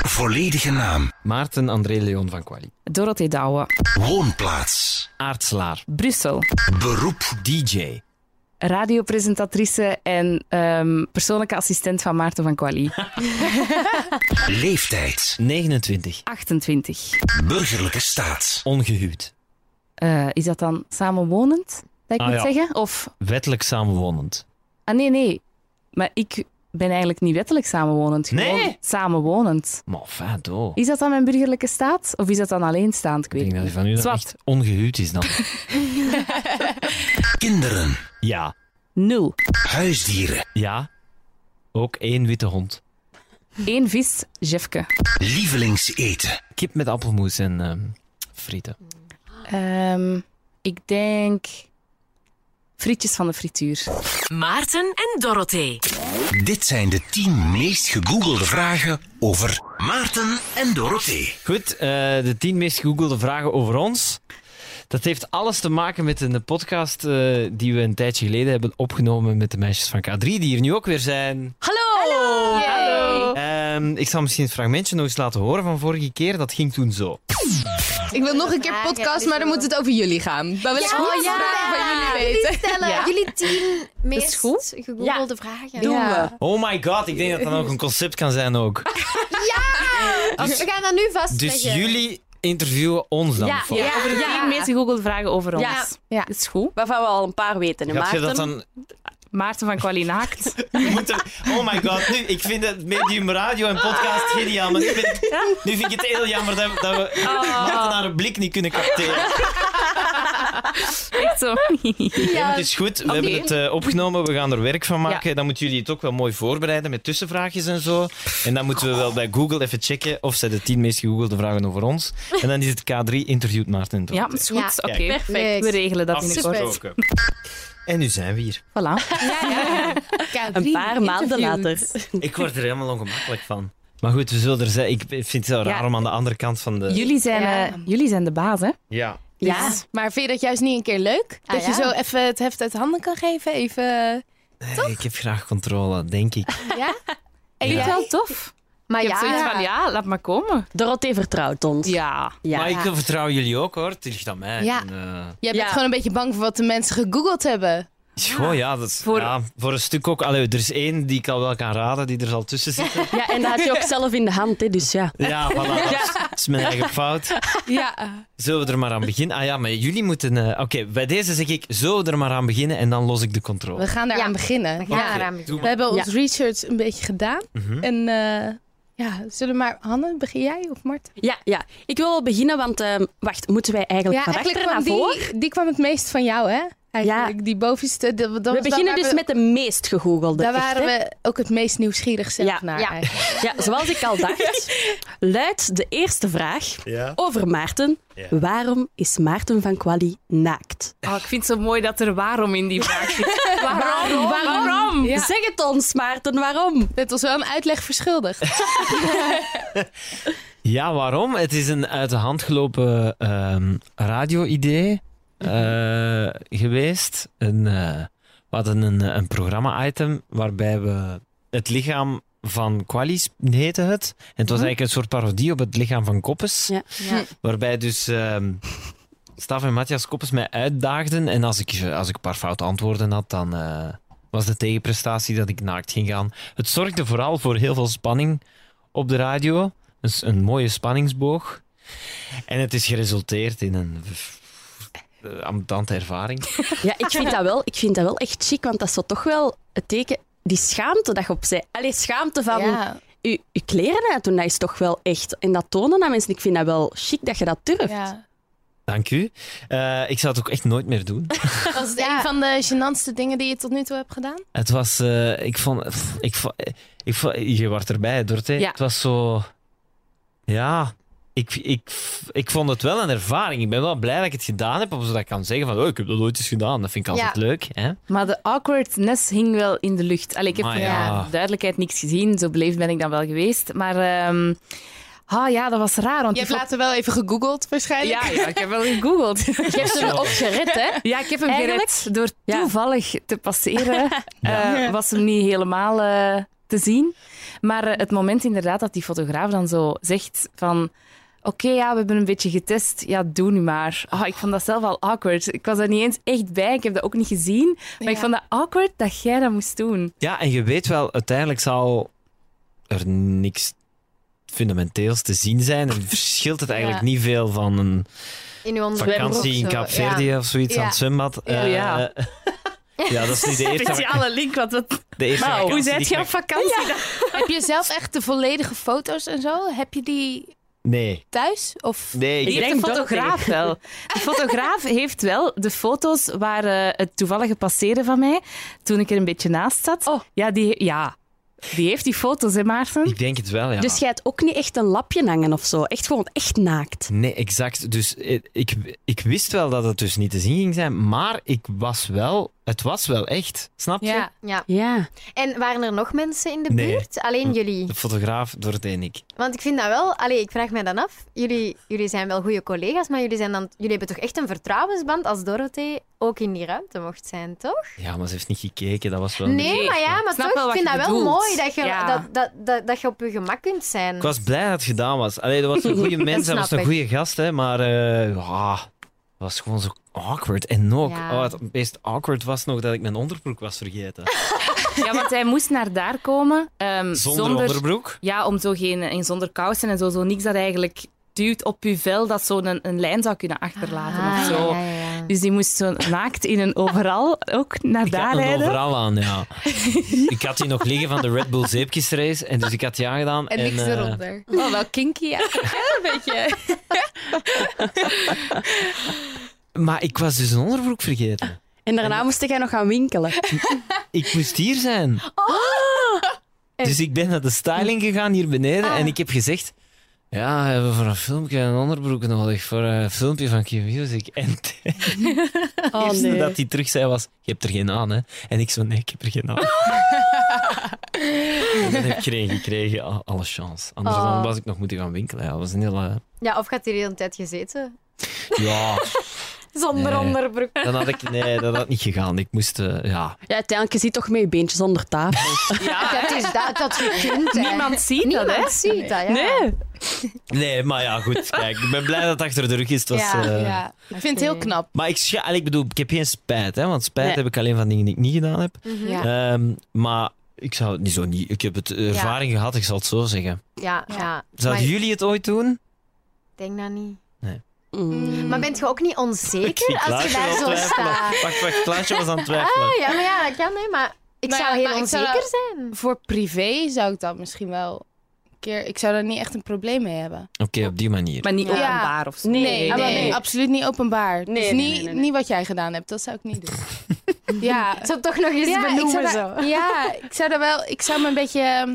volledige naam, Maarten André Leon van Quali. Dorothee Douwe, woonplaats, Aartslaar. Brussel, beroep, DJ. radiopresentatrice en ehm, persoonlijke assistent van Maarten van Quali, leeftijd, 29. 28. burgerlijke staat, Ongehuwd. Eh, is dat dan samenwonend, dat ik Ah, moet ja. zeggen? Of, Wettelijk samenwonend. ah nee, nee, maar ik ben eigenlijk niet wettelijk samenwonend, gewoon Nee? samenwonend. Maar fijn, toch? Is dat dan mijn burgerlijke staat of is dat dan alleenstaand? Ik Ik weet denk het dat hij niet. van u dan Zwart. echt ongehuwd is dan. kinderen, ja. Nul. huisdieren, Ja. Ook één witte hond. Eén vis, Jefke. lievelingseten, Kip met appelmoes en ehm, frieten. Ehm, ik denk frietjes van de frituur. Maarten en Dorothee. Dit zijn de 10 meest gegoogelde vragen over Maarten en Dorothee. Goed, eh, de tien meest gegoogelde vragen over ons. Dat heeft alles te maken met een podcast eh, die we een tijdje geleden hebben opgenomen met de meisjes van K3, die hier nu ook weer zijn. Hallo! Ehm, ik zal misschien het fragmentje nog eens laten horen van vorige keer. Dat ging toen zo. Ik wil nog een keer podcast, maar dan moet het over jullie gaan. Dan wil ik ook ja. vragen van jullie weten. stellen Ja. jullie tien meest goed. gegoogelde vragen. Ja. Oh my god, ik denk dat dat ook een concept kan zijn ook. Ah, Dus- we gaan dat nu vastleggen. Dus jullie interviewen ons dan Ja, volgens- Ja. Over de tien meest gegoogelde vragen over ons. Ja. Ja. Dat is goed. Waarvan we al een paar weten, hè, Gaat je dat Maarten? dan... Maarten van Quali naakt. Nu moet er- Oh my god, nu, ik vind het medium radio en podcast geniaal, maar nu vind ik, nu vind ik het heel jammer dat, dat we Oh. Maarten naar een blik niet kunnen capteren. Echt zo. Nee, maar het is goed. We hebben het eh, opgenomen. We gaan er werk van maken. Dan moeten jullie het ook wel mooi voorbereiden met tussenvraagjes en zo. En dan moeten we wel bij Google even checken of zij de tien meest gegoogelde vragen over ons. En dan is het K3 interviewt Maarten. Ja, dat is goed. Ja. Oké, Kijk. we regelen dat binnenkort. Afgesproken. En nu zijn we hier. Voilà. Een paar maanden later. Ik word er helemaal ongemakkelijk van. Maar goed, we zullen er zijn. Ik vind het zo raar Ja. om aan de andere kant van de... Jullie zijn, Ja. eh, jullie zijn de baas, hè? Ja. Ja. Maar vind je dat juist niet een keer leuk? Ah, dat ja. je zo even het heft uit handen kan geven? Even... eh, Nee, Eh, ik heb graag controle, denk ik. Ja? En Ja. is wel tof. Maar Je hebt zoiets ja, van, ja, laat maar komen. Dorothee vertrouwt ons. Ja. Ja. Maar ik vertrouw jullie ook, hoor. Het ligt aan mij. Ja. En, eh, Jij bent Ja. gewoon een beetje bang voor wat de mensen gegoogeld hebben. Goh, ja, dat is, Voor- voor... Ja, voor een stuk ook. Allee, er is één die ik al wel kan raden, die er zal tussen zit. ja, en dat had je ook zelf in de hand, hè, dus ja. Ja, voilà, dat is mijn eigen fout. Ja. Zullen we er maar aan beginnen? Ah ja, maar jullie moeten... eh, Oké, bij deze zeg ik, zullen we er maar aan beginnen en dan los ik de We controle. gaan daaraan Ja. beginnen. Ja, Oké, raam. doe We maar. hebben ons research een beetje gedaan. En eh, ja, zullen we maar... Hanne, begin jij of Marten? Ja, ja. Ik wil wel beginnen, want ehm, wacht, moeten wij eigenlijk van achter naar voor? die, die kwam het meest van jou, hè? Eigenlijk, die bovenste. Dat, dat was- We daar beginnen waren dus we- met de meest gegoogelde. Daar echt, waren hè. we ook het meest nieuwsgierig zelf Ja. naar. Ja. eigenlijk. Ja, zoals ik al dacht, luidt de eerste vraag over Maarten. Ja. Waarom is Maarten van Quali naakt? Oh, ik vind het zo mooi dat er waarom in die vraag zit. Waarom? Waarom? Ja. Zeg het ons, Maarten, waarom? Het was wel een uitleg verschuldigd. Ja, waarom? Het is een uit de hand gelopen ehm, radio-idee eh, geweest. Een, eh, we hadden een, eh, een programma-item waarbij we het lichaam van Qualis heette het. En het was eigenlijk een soort parodie op het lichaam van Koppes. Ja. Ja. Waarbij dus ehm Staf en Matthias Koppes mij uitdaagden. En als ik, als ik een paar foute antwoorden had, dan eh, was de tegenprestatie dat ik naakt ging gaan. Het zorgde vooral voor heel veel spanning op de radio. Dus een mooie spanningsboog. En het is geresulteerd in een eh, ambtante ervaring. Ja, ik vind, dat wel, ik vind dat wel echt chic, want dat is zo toch wel het teken, die schaamte dat je opzij... Allee, schaamte van ja. je, je kleren uitdoen, dat is toch wel echt... En dat tonen aan mensen, ik vind dat wel chic dat je dat durft. ja. Dank u. Eh, ik zou het ook echt nooit meer doen. Was het een van de gênantste dingen die je tot nu toe hebt gedaan? Het was, eh, ik vond, pff, ik vond, eh, ik vond, je was erbij, Dorte. Ja. Het was zo, ja, ik, ik, ik vond het wel een ervaring. Ik ben wel blij dat ik het gedaan heb, omdat ik kan zeggen van, oh, ik heb dat ooit eens gedaan. Dat vind ik altijd Ja. leuk, hè? Maar de awkwardness hing wel in de lucht. Allee, ik heb Maar voor ja. de duidelijkheid niks gezien. Zo beleefd ben ik dan wel geweest. Maar ehm, ah, ja, dat was raar. Want Je ik hebt vond- later wel even gegoogeld, waarschijnlijk. ja, ja, ik heb wel gegoogeld. Je hebt hem opgered, hè? Ja, ik heb hem Eigenlijk- gered. Door Ja. toevallig te passeren eh, was hem niet helemaal eh, te zien. Maar eh, het moment inderdaad dat die fotograaf dan zo zegt van... Oké, ja, we hebben een beetje getest. Ja, doe nu maar. Ah, ik vond dat zelf al awkward. Ik was er niet eens echt bij. Ik heb dat ook niet gezien. Maar ik Ja. vond dat awkward dat jij dat moest doen. Ja, en je weet wel, uiteindelijk zal er niks fundamenteels te zien zijn. Er verschilt het eigenlijk Ja. niet veel van een In uw ontwerp vakantie in of zo. Kaapverdië of zoiets Ja. aan het zwembad. Oh, ja. Eh, ja, dat is niet de eerste, Speciale link, want dat... de eerste Wauw. vakantie Hoe die zet ik je met- op vakantie? dan? Ja. Heb je zelf echt de volledige foto's en zo? Heb je die Nee, thuis? Of... nee. Ik ik- denk de fotograaf wel. De fotograaf heeft wel de foto's waar eh, het toevallige passeren van mij, toen ik er een beetje naast zat. Oh. Ja, die, ja, die heeft die foto's, hè Maarten? Ik denk het wel, ja. Dus jij hebt ook niet echt een lapje hangen of zo. Echt gewoon echt naakt. Nee, exact. Dus eh, ik, ik wist wel dat het dus niet te zien ging zijn, maar ik was wel... Het was wel echt. Snap je? Ja. Ja. Ja. En waren er nog mensen in de Nee. Hm. buurt? Alleen jullie? De fotograaf, Dorte en ik. Want ik vind dat wel, allee, ik vraag mij dan af. Jullie, jullie zijn wel goede collega's, maar jullie, zijn dan, jullie hebben toch echt een vertrouwensband als Dorothee ook in die ruimte mocht zijn, toch? Ja, maar ze heeft niet gekeken. Dat was wel... Nee, nee. maar ja, maar Ik snap toch, wel wat ik vind je dat wel bedoelt. mooi dat je, Ja. dat, dat, dat, dat je op je gemak kunt zijn. Ik was blij dat het gedaan was. Allee, dat was een goede mens, dat snap was een ik. goede gast, hè, maar eh, ja, het was gewoon zo awkward. En ook, Ja. oh, het meest awkward was nog dat ik mijn onderbroek was vergeten. Ja, want hij moest naar daar komen. ehm, Zonder, onderbroek. Ja, om zo geen... En zonder kousen en zo, zo niks dat eigenlijk duwt op je vel, dat zo'n een, een lijn zou kunnen achterlaten of Ah, zo. ja, ja, ja. Dus die moest zo naakt in een overal ook naar Ik daar had hem rijden. overal aan, ja. ik had die nog liggen van de Red Bull zeepkisrace, en dus ik had die aangedaan. En niks eh, eronder. Oh, wel kinky, ja. Een beetje. maar ik was dus een onderbroek vergeten. Ah, En daarna moest jij nog gaan winkelen. Oh! Ik moest hier zijn. Dus ik ben naar de styling gegaan hier beneden Ah. en ik heb gezegd... Ja, we hebben voor een filmpje een onderbroek nodig. Voor eh, een filmpje van Q-Music. En het Oh eerste nee. dat hij terug zei was... Je hebt er geen aan, hè? En ik zo, nee, ik heb er geen aan. en dat heb ik gekregen, gekregen. Ah, Alle chance. Anders Oh. dan was ik nog moeten gaan winkelen. Ja, dat was een hele... Ja, of gaat hij de hele tijd gezeten? Ja, Zonder Nee. onderbroek. dan had ik... Nee, dat had niet gegaan. Ik moest... eh, ja. Ja, uiteindelijk je zit toch met je beentjes onder tafel. Dat is dus dat, dat je kunt. hè. Niemand ziet dat, hè? Niemand ziet dat, ja. Nee. Nee, maar ja, goed. Kijk, ik ben blij dat het achter de rug is. Het was... Ja, eh, Ja. Ik vind het heel knap. Maar ik, scha- en ik bedoel, ik heb geen spijt, hè, want spijt Nee. heb ik alleen van dingen die ik niet gedaan heb. Mhm. Ja. Ehm, maar ik zou het niet zo niet. Ik heb het eh, ervaring gehad, ik zal het zo zeggen. Ja, ja. Zouden Maar jullie het ooit doen? Ik denk dat niet. Mm. Maar bent je ook niet onzeker Ik als je Klaasje daar was aan zo het twijfelen. staat? Wacht, wacht, Klaasje was aan het twijfelen. Ah, ja, maar ja, dat kan, hè. Maar ik Maar zou ja, heel maar ik zou onzeker zijn. Voor privé zou ik dat misschien wel een keer... Ik zou daar niet echt een probleem mee hebben. Oké, op die manier. Maar niet Ja. openbaar of zo. Nee, Ah, maar nee. absoluut niet openbaar. Nee, dus nee, niet, nee, nee, nee. niet wat jij gedaan hebt. Dat zou ik niet doen. ja. Ik zou het toch nog eens ik benoemen zou zo. daar- ja, ik zou daar wel... Ik zou me een beetje... ehm,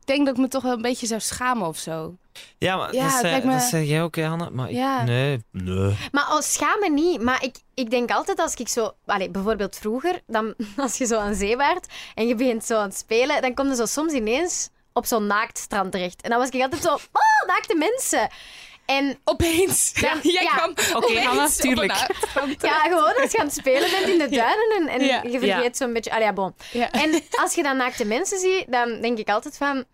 Ik denk dat ik me toch wel een beetje zou schamen of zo. ja, maar Ja, dat, het zei, lijkt me- dat zei jij ook, hè, Hanna. Maar ik- Ja. nee, nee. Maar oh, schaam me niet. Maar ik, ik denk altijd als ik zo... Allee, bijvoorbeeld vroeger, dan, als je zo aan zee waart en je begint zo aan het spelen, dan kom je zo soms ineens op zo'n naakt strand terecht. En dan was ik altijd zo... Oh, naakte mensen! En Opeens. Ja, jij ja. kwam opeens Hanna, op tuurlijk. een avond. ja, gewoon als je aan het spelen bent in de duinen en, en Ja. je vergeet Ja. zo'n beetje... Allee, ja, bon. Ja. En als je dan naakte mensen ziet, dan denk ik altijd van...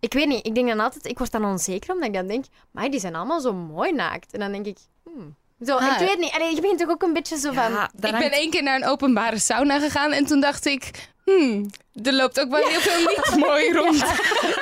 Ik weet niet, ik denk dan altijd... Ik word dan onzeker omdat ik dan denk... Maar die zijn allemaal zo mooi naakt. En dan denk ik... hmm. Zo, Ah. ik weet niet. Allee, je begint toch ook een beetje zo Ja, van... daar Ik hangt- ben één keer naar een openbare sauna gegaan en toen dacht ik... Hmm, er loopt ook wel heel veel niet mooi rond.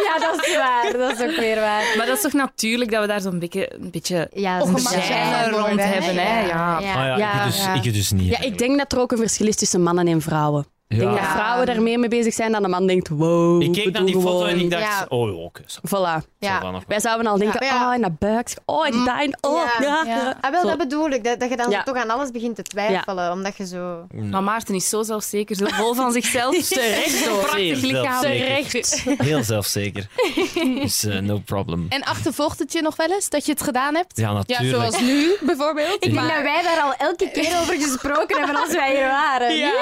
Ja, dat is waar. Dat is ook weer waar. Maar dat is toch natuurlijk dat we daar zo'n beetje, een beetje Ja, een Ongemakkelijk gêne zijn rond worden, hè? hebben. Hè? Ja. Ah, ja, ik, dus, ja. ik dus niet. Ja, ik denk dat er ook een verschil is tussen mannen en vrouwen. Ik denk Ja. dat vrouwen daar meer mee bezig zijn dan een man denkt, wow, Ik keek we naar die doen foto en gewoon. ik dacht, Ja. oh, oké. zo- Voilà. zo dan Ja. nog wel. Wij zouden al denken, Ja, maar ja. oh, en dat buik, oh, die tuin, oh, Ja, ja. ja. Ah, wel, Zo. dat bedoel ik. Dat, dat je dan Ja. toch aan alles begint te twijfelen. Omdat je zo... Maar Maarten is zo zelfzeker, zo vol van zichzelf. Terecht, zo. Prachtig Zeer lichaam. zelfzeker. Heel zelfzeker. Dus eh, no problem. En achtervolgt het je nog wel eens dat je het gedaan hebt? Ja, Ja, natuurlijk. zoals nu bijvoorbeeld. Ik Maar- denk dat Nou, wij daar al elke keer over gesproken hebben als wij hier waren. Ja.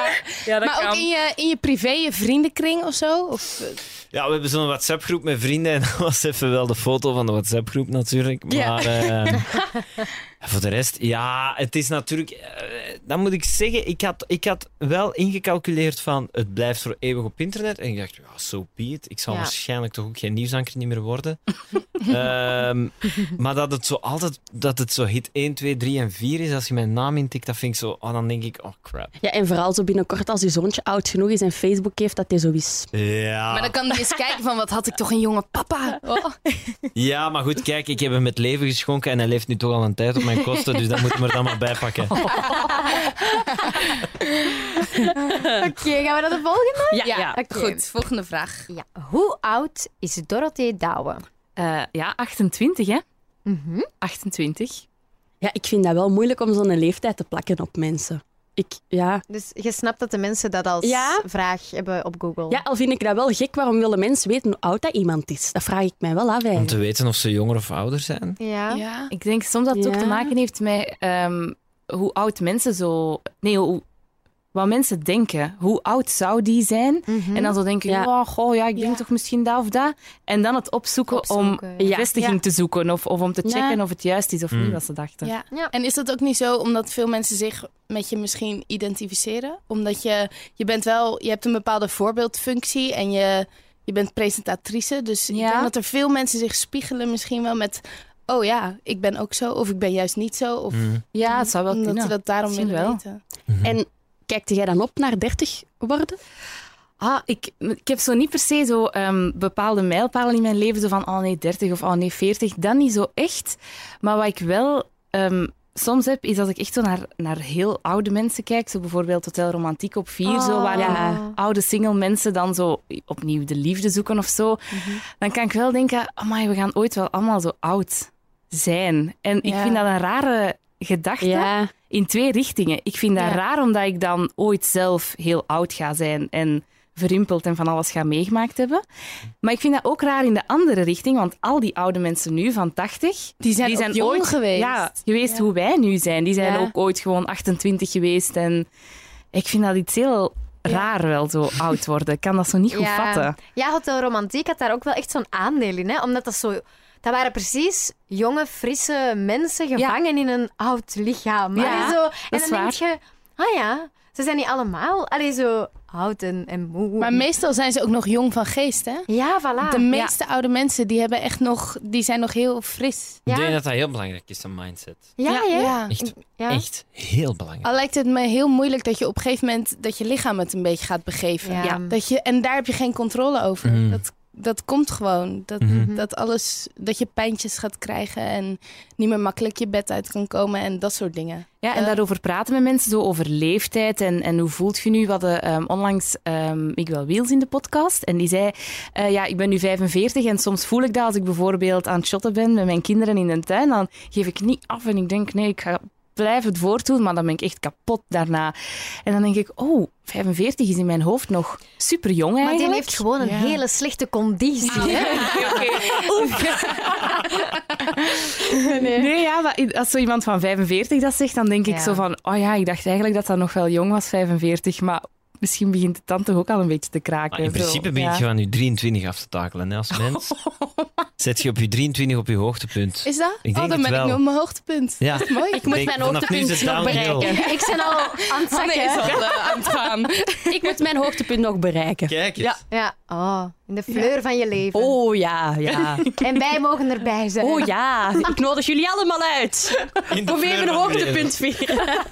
Ja, dat Maar ook in je, in je privé, je vriendenkring of zo? Of, eh, Ja, we hebben zo'n WhatsApp-groep met vrienden en dat was even wel de foto van de WhatsApp-groep natuurlijk. Ja. Maar eh, En voor de rest, ja, het is natuurlijk... eh, dan moet ik zeggen, ik had, ik had wel ingecalculeerd van het blijft voor eeuwig op internet. En ik dacht, ja, so be it. Ik zal Ja. waarschijnlijk toch ook geen nieuwsanker niet meer worden. Ehm, maar dat het zo altijd dat het zo hit 1, 2, 3 en 4 is, als je mijn naam intikt, dat vind ik zo... Oh, dan denk ik, oh crap. Ja, en vooral zo binnenkort als je zoontje oud genoeg is en Facebook heeft, dat hij zo is. Ja. Maar dan kan hij eens kijken van, wat had ik toch een jonge papa? Oh. Ja, maar goed, kijk, ik heb hem het leven geschonken en hij leeft nu toch al een tijd op mijn kosten, dus dat moet ik me er dan maar bijpakken. Oké, gaan we naar de volgende? Ja, ja. oké. goed. Volgende vraag. Ja. Hoe oud is Dorothee Douwe? Eh, ja, 28, hè? Mhm. 28. Ja, ik vind dat wel moeilijk om zo'n leeftijd te plakken op mensen. Ik, ja. Dus je snapt dat de mensen dat als Ja. vraag hebben op Google. ja, al vind ik dat wel gek. Waarom willen mensen weten hoe oud dat iemand is? Dat vraag ik mij wel af Om te eigenlijk. weten of ze jonger of ouder zijn. Ja. Ja. Ik denk soms dat het ook Ja. te maken heeft met ehm, hoe oud mensen zo... Nee, hoe, wat mensen denken. Hoe oud zou die zijn? Mhm. En dan zo denken, Ja. ja. goh, ja, ik denk toch misschien dat of dat. En dan het opzoeken, Opzoeken, om ja. vestiging Ja. te zoeken of, of om te Ja. checken of het juist is of Hmm. niet wat ze dachten. Ja. Ja. En is dat ook niet zo omdat veel mensen zich met je misschien identificeren? Omdat je, je bent wel, je hebt een bepaalde voorbeeldfunctie en je, je bent presentatrice. Dus ik Ja. denk dat er veel mensen zich spiegelen misschien wel met, oh ja, ik ben ook zo of ik ben juist niet zo. Of Mm. Ja, het zou wel omdat ze kunnen. dat daarom Misschien willen wel. weten. En eh, kijkte jij dan op naar 30 worden? Ah, ik, ik heb zo niet per se zo ehm, bepaalde mijlpalen in mijn leven, zo van, oh nee, 30 of oh nee, 40. Dat niet zo echt. Maar wat ik wel ehm, soms heb, is dat ik echt zo naar, naar heel oude mensen kijk. Zo bijvoorbeeld Hotel Romantiek op 4, zo, waar ja. oude single mensen dan zo opnieuw de liefde zoeken of zo. Dan kan ik wel denken, amai, we gaan ooit wel allemaal zo oud zijn. En ik Ja. vind dat een rare gedachte Ja. in twee richtingen. Ik vind dat Ja. raar omdat ik dan ooit zelf heel oud ga zijn en verrimpeld en van alles ga meegemaakt hebben. Maar ik vind dat ook raar in de andere richting, want al die oude mensen nu van 80, Die zijn, die zijn jong ooit geweest. ja, geweest hoe wij nu zijn. Die zijn Ja. ook ooit gewoon 28 geweest en ik vind dat iets heel raar wel zo oud worden. Ik kan dat zo niet goed Ja. vatten. Ja, Hotel Romantiek had daar ook wel echt zo'n aandeel in. Hè? Omdat dat zo... Dat waren precies jonge, frisse mensen gevangen in een oud lichaam. Ja, Allee, zo. En is dan denk je... Ah ja, ze zijn niet allemaal allee, zo oud en, en moe. Maar meestal zijn ze ook nog jong van geest, hè? ja, Ah, voilà. De meeste oude mensen die hebben echt nog, die zijn nog heel fris. Ik Ja. denk dat dat heel belangrijk is, een mindset. Ja, ja. Echt, Ja. echt heel belangrijk. Al lijkt het me heel moeilijk dat je op een gegeven moment dat je lichaam het een beetje gaat begeven. Ja. Dat je, en daar heb je geen controle over. Mm. Dat, dat komt gewoon. Dat, Mhm. dat alles, dat je pijntjes gaat krijgen en niet meer makkelijk je bed uit kan komen en dat soort dingen. Ja, en Eh. daarover praten met mensen, zo over leeftijd en, en hoe voelt je nu? We hadden ehm, onlangs ehm Miguel Wiels in de podcast en die zei, eh, ja, ik ben nu 45 en soms voel ik dat als ik bijvoorbeeld aan het shotten ben met mijn kinderen in de tuin, dan geef ik niet af en ik denk, nee, ik ga blijven het voortdoen, maar dan ben ik echt kapot daarna. En dan denk ik, oh, 45 is in mijn hoofd nog super jong Maar eigenlijk. die heeft gewoon een hele slechte conditie. Hè? Nee. ja, maar i- als zo iemand van 45 dat zegt, dan denk ik Ja. zo van... Oh ja, ik dacht eigenlijk dat dat nog wel jong was, 45. Maar misschien begint het dan toch ook al een beetje te kraken. Maar in principe ben je van je 23 af te takelen hè, als mens. Zet je op je 23 op je hoogtepunt. Is dat? Ik denk oh, dan het ben wel. ik nu op mijn hoogtepunt. Ja. Dat is mooi. Ik denk, vanaf nu is het downhill. Ik ben al aan het zakken. Nee, is al eh, aan het gaan. Ik moet mijn hoogtepunt nog bereiken. Kijk eens. Ja. Ja, oh, in de fleur van je leven. Oh ja, ja. En wij mogen erbij zijn. Oh ja, ik nodig jullie allemaal uit. In de Om even kleur een van hoogtepunt vieren. leven.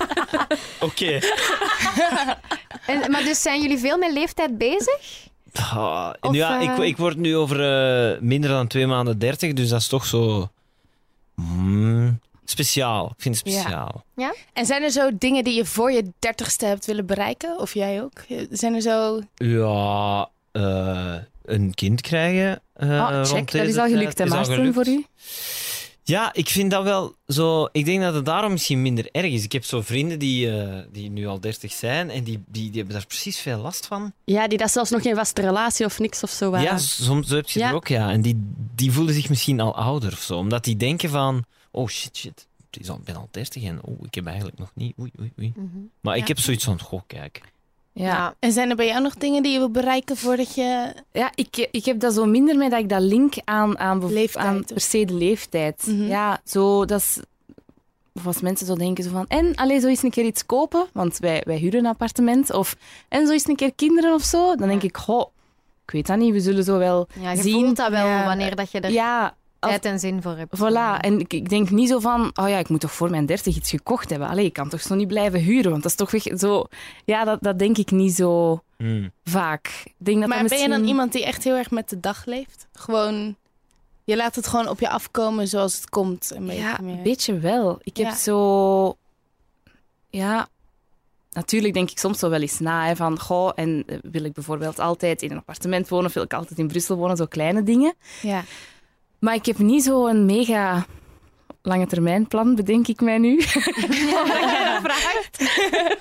Oké. En, maar dus zijn jullie veel met leeftijd bezig? Ah, Of, ja, ik, eh, ik word nu over eh, minder dan twee maanden 30, dus dat is toch zo... mm, speciaal. Ik vind het Ja. speciaal. En zijn er zo dingen die je voor je dertigste hebt willen bereiken? Of jij ook? Zijn er zo... Ja, eh, een kind krijgen. eh, Oh, rond check. Dat deze is al gelukt, hè, tijd. Is al Maarten, gelukt. voor u? Ja, ik vind dat wel zo. Ik denk dat het daarom misschien minder erg is. Ik heb zo vrienden die, eh, die nu al 30 zijn en die, die, die hebben daar precies veel last van. Ja, die dat zelfs nog geen vaste relatie of niks of zo waren. Ja, soms zo heb je Ja. er ook, ja. En die, die voelen zich misschien al ouder of zo, omdat die denken van: oh shit, shit. het is al- Ik ben al 30 en oh, ik heb eigenlijk nog niet. Oei, oei, oei. Maar Ja. ik heb zoiets van: goh, kijk. Ja. En zijn er bij jou nog dingen die je wil bereiken voordat je... Ja, ik, ik heb dat zo minder mee dat ik dat link aan, aan, bev- Leeftijd, aan of per se de leeftijd. Mhm. Ja, zo, dat is... Of als mensen zo denken zo van, en, allee, zo eens een keer iets kopen, want wij, wij huren een appartement. Of, en, zo eens een keer kinderen of zo. Dan denk ik, goh, ik weet dat niet, we zullen zo wel... Ja, je Zien. voelt dat wel Ja. wanneer dat je er Ja, tijd en zin voor hebt. voilà. En ik, ik denk niet zo van, oh ja, ik moet toch voor mijn dertig iets gekocht hebben. Allee, ik kan toch zo niet blijven huren, want dat is toch weg- zo... Ja, dat, dat denk ik niet zo Hmm. vaak. Ik denk dat maar dat ben je dan misschien- iemand die echt heel erg met de dag leeft? Gewoon, je laat het gewoon op je afkomen zoals het komt. Een beetje Ja, meer. een beetje wel. Ik heb Ja. zo... Ja, natuurlijk denk ik soms zo wel eens na. Hè, van, goh, en eh, wil ik bijvoorbeeld altijd in een appartement wonen of wil ik altijd in Brussel wonen? Zo kleine dingen. Ja. Maar ik heb niet zo'n mega lange termijn plan, bedenk ik mij nu.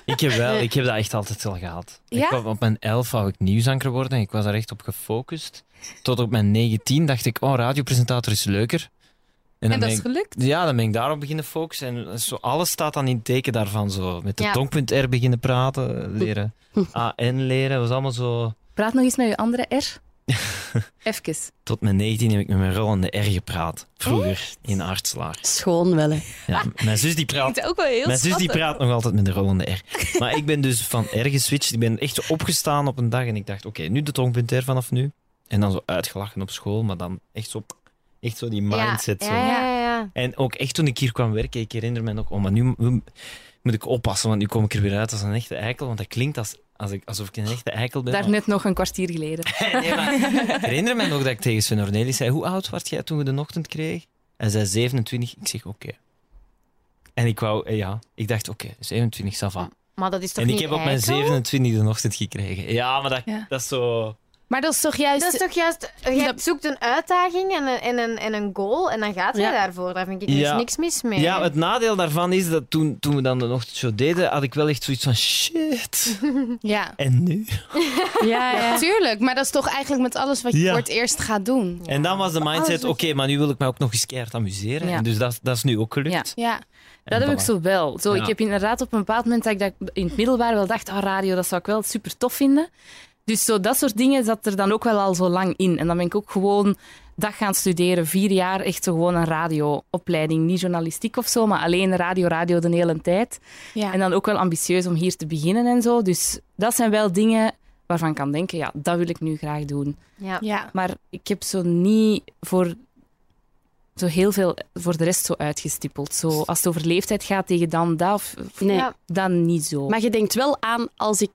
Ik heb wel, ik heb dat echt altijd wel gehad. Ja? Ik wou- op mijn elf wou ik nieuwsanker worden. Ik was daar echt op gefocust. Tot op mijn 19 dacht ik, oh, radiopresentator is leuker. En, dan ben ik- gelukt. Ja, dan ben ik daarop beginnen focussen. En zo, alles staat dan in het teken daarvan. Zo. Met de Ja. tongpunt R beginnen praten, leren. AN leren, was allemaal zo... Praat nog eens met je andere R. Even. Tot mijn 19 heb ik met mijn rollende R gepraat. Vroeger in Artslaar. Schoon wel, hè. Ja, mijn zus die praat... ook wel heel Mijn zus die praat nog altijd met de rollende R. Maar ik ben dus van R geswitcht. Ik ben echt opgestaan op een dag en ik dacht, oké, nu de tongpunt R vanaf nu. En dan zo uitgelachen op school, maar dan echt zo, echt zo die mindset. Ja, Zo. ja, ja, ja, ja. En ook echt toen ik hier kwam werken, ik herinner me nog, oh, maar nu m- moet ik oppassen, want nu kom ik er weer uit als een echte eikel. Want dat klinkt als, als ik, alsof ik een echte eikel ben. Daarnet nog een kwartier geleden. Maar- nee, maar ik herinner me nog dat ik tegen Sven Ornelis zei, hoe oud was jij toen we de ochtend kregen? Hij zei 27. Ik zeg, oké. En ik wou, eh, ja, ik dacht, oké, 27, ça va. Maar dat is toch En ik niet heb op mijn eikel? 27 de ochtend gekregen. Ja, maar dat, Ja. dat is zo... Maar dat is toch juist... Dat is toch juist... Je zoekt een uitdaging en een, en een, en een goal en dan gaat hij Ja. daarvoor. Daar vind ik dus Ja. niks mis mee. Ja, het nadeel daarvan is dat toen, toen we dan de ochtendshow deden, had ik wel echt zoiets van, shit, ja. en nu? Ja, ja. Tuurlijk, maar dat is toch eigenlijk met alles wat je Ja. voor het eerst gaat doen. En dan was de mindset, oké, maar nu wil ik mij ook nog eens keihard amuseren. Ja. En dus dat, dat is nu ook gelukt. Ja, En Dat heb ik voilà. zo wel. Zo, Ja. Ik heb inderdaad op een bepaald moment dat ik dat in het middelbaar wel dacht, ah, radio, dat zou ik wel super tof vinden. Dus zo, dat soort dingen zat er dan ook wel al zo lang in. En dan ben ik ook gewoon dag gaan studeren, vier jaar, echt zo gewoon een radioopleiding. Niet journalistiek of zo, maar alleen radio, radio de hele tijd. ja. En dan ook wel ambitieus om hier te beginnen en zo. Dus dat zijn wel dingen waarvan ik kan denken, ja, dat wil ik nu graag doen. Ja. ja. Maar ik heb zo niet voor zo heel veel voor de rest zo uitgestippeld. Zo, als het over leeftijd gaat tegen dan dat, of- of Nee. Ja. dan niet zo. Maar je denkt wel aan als ik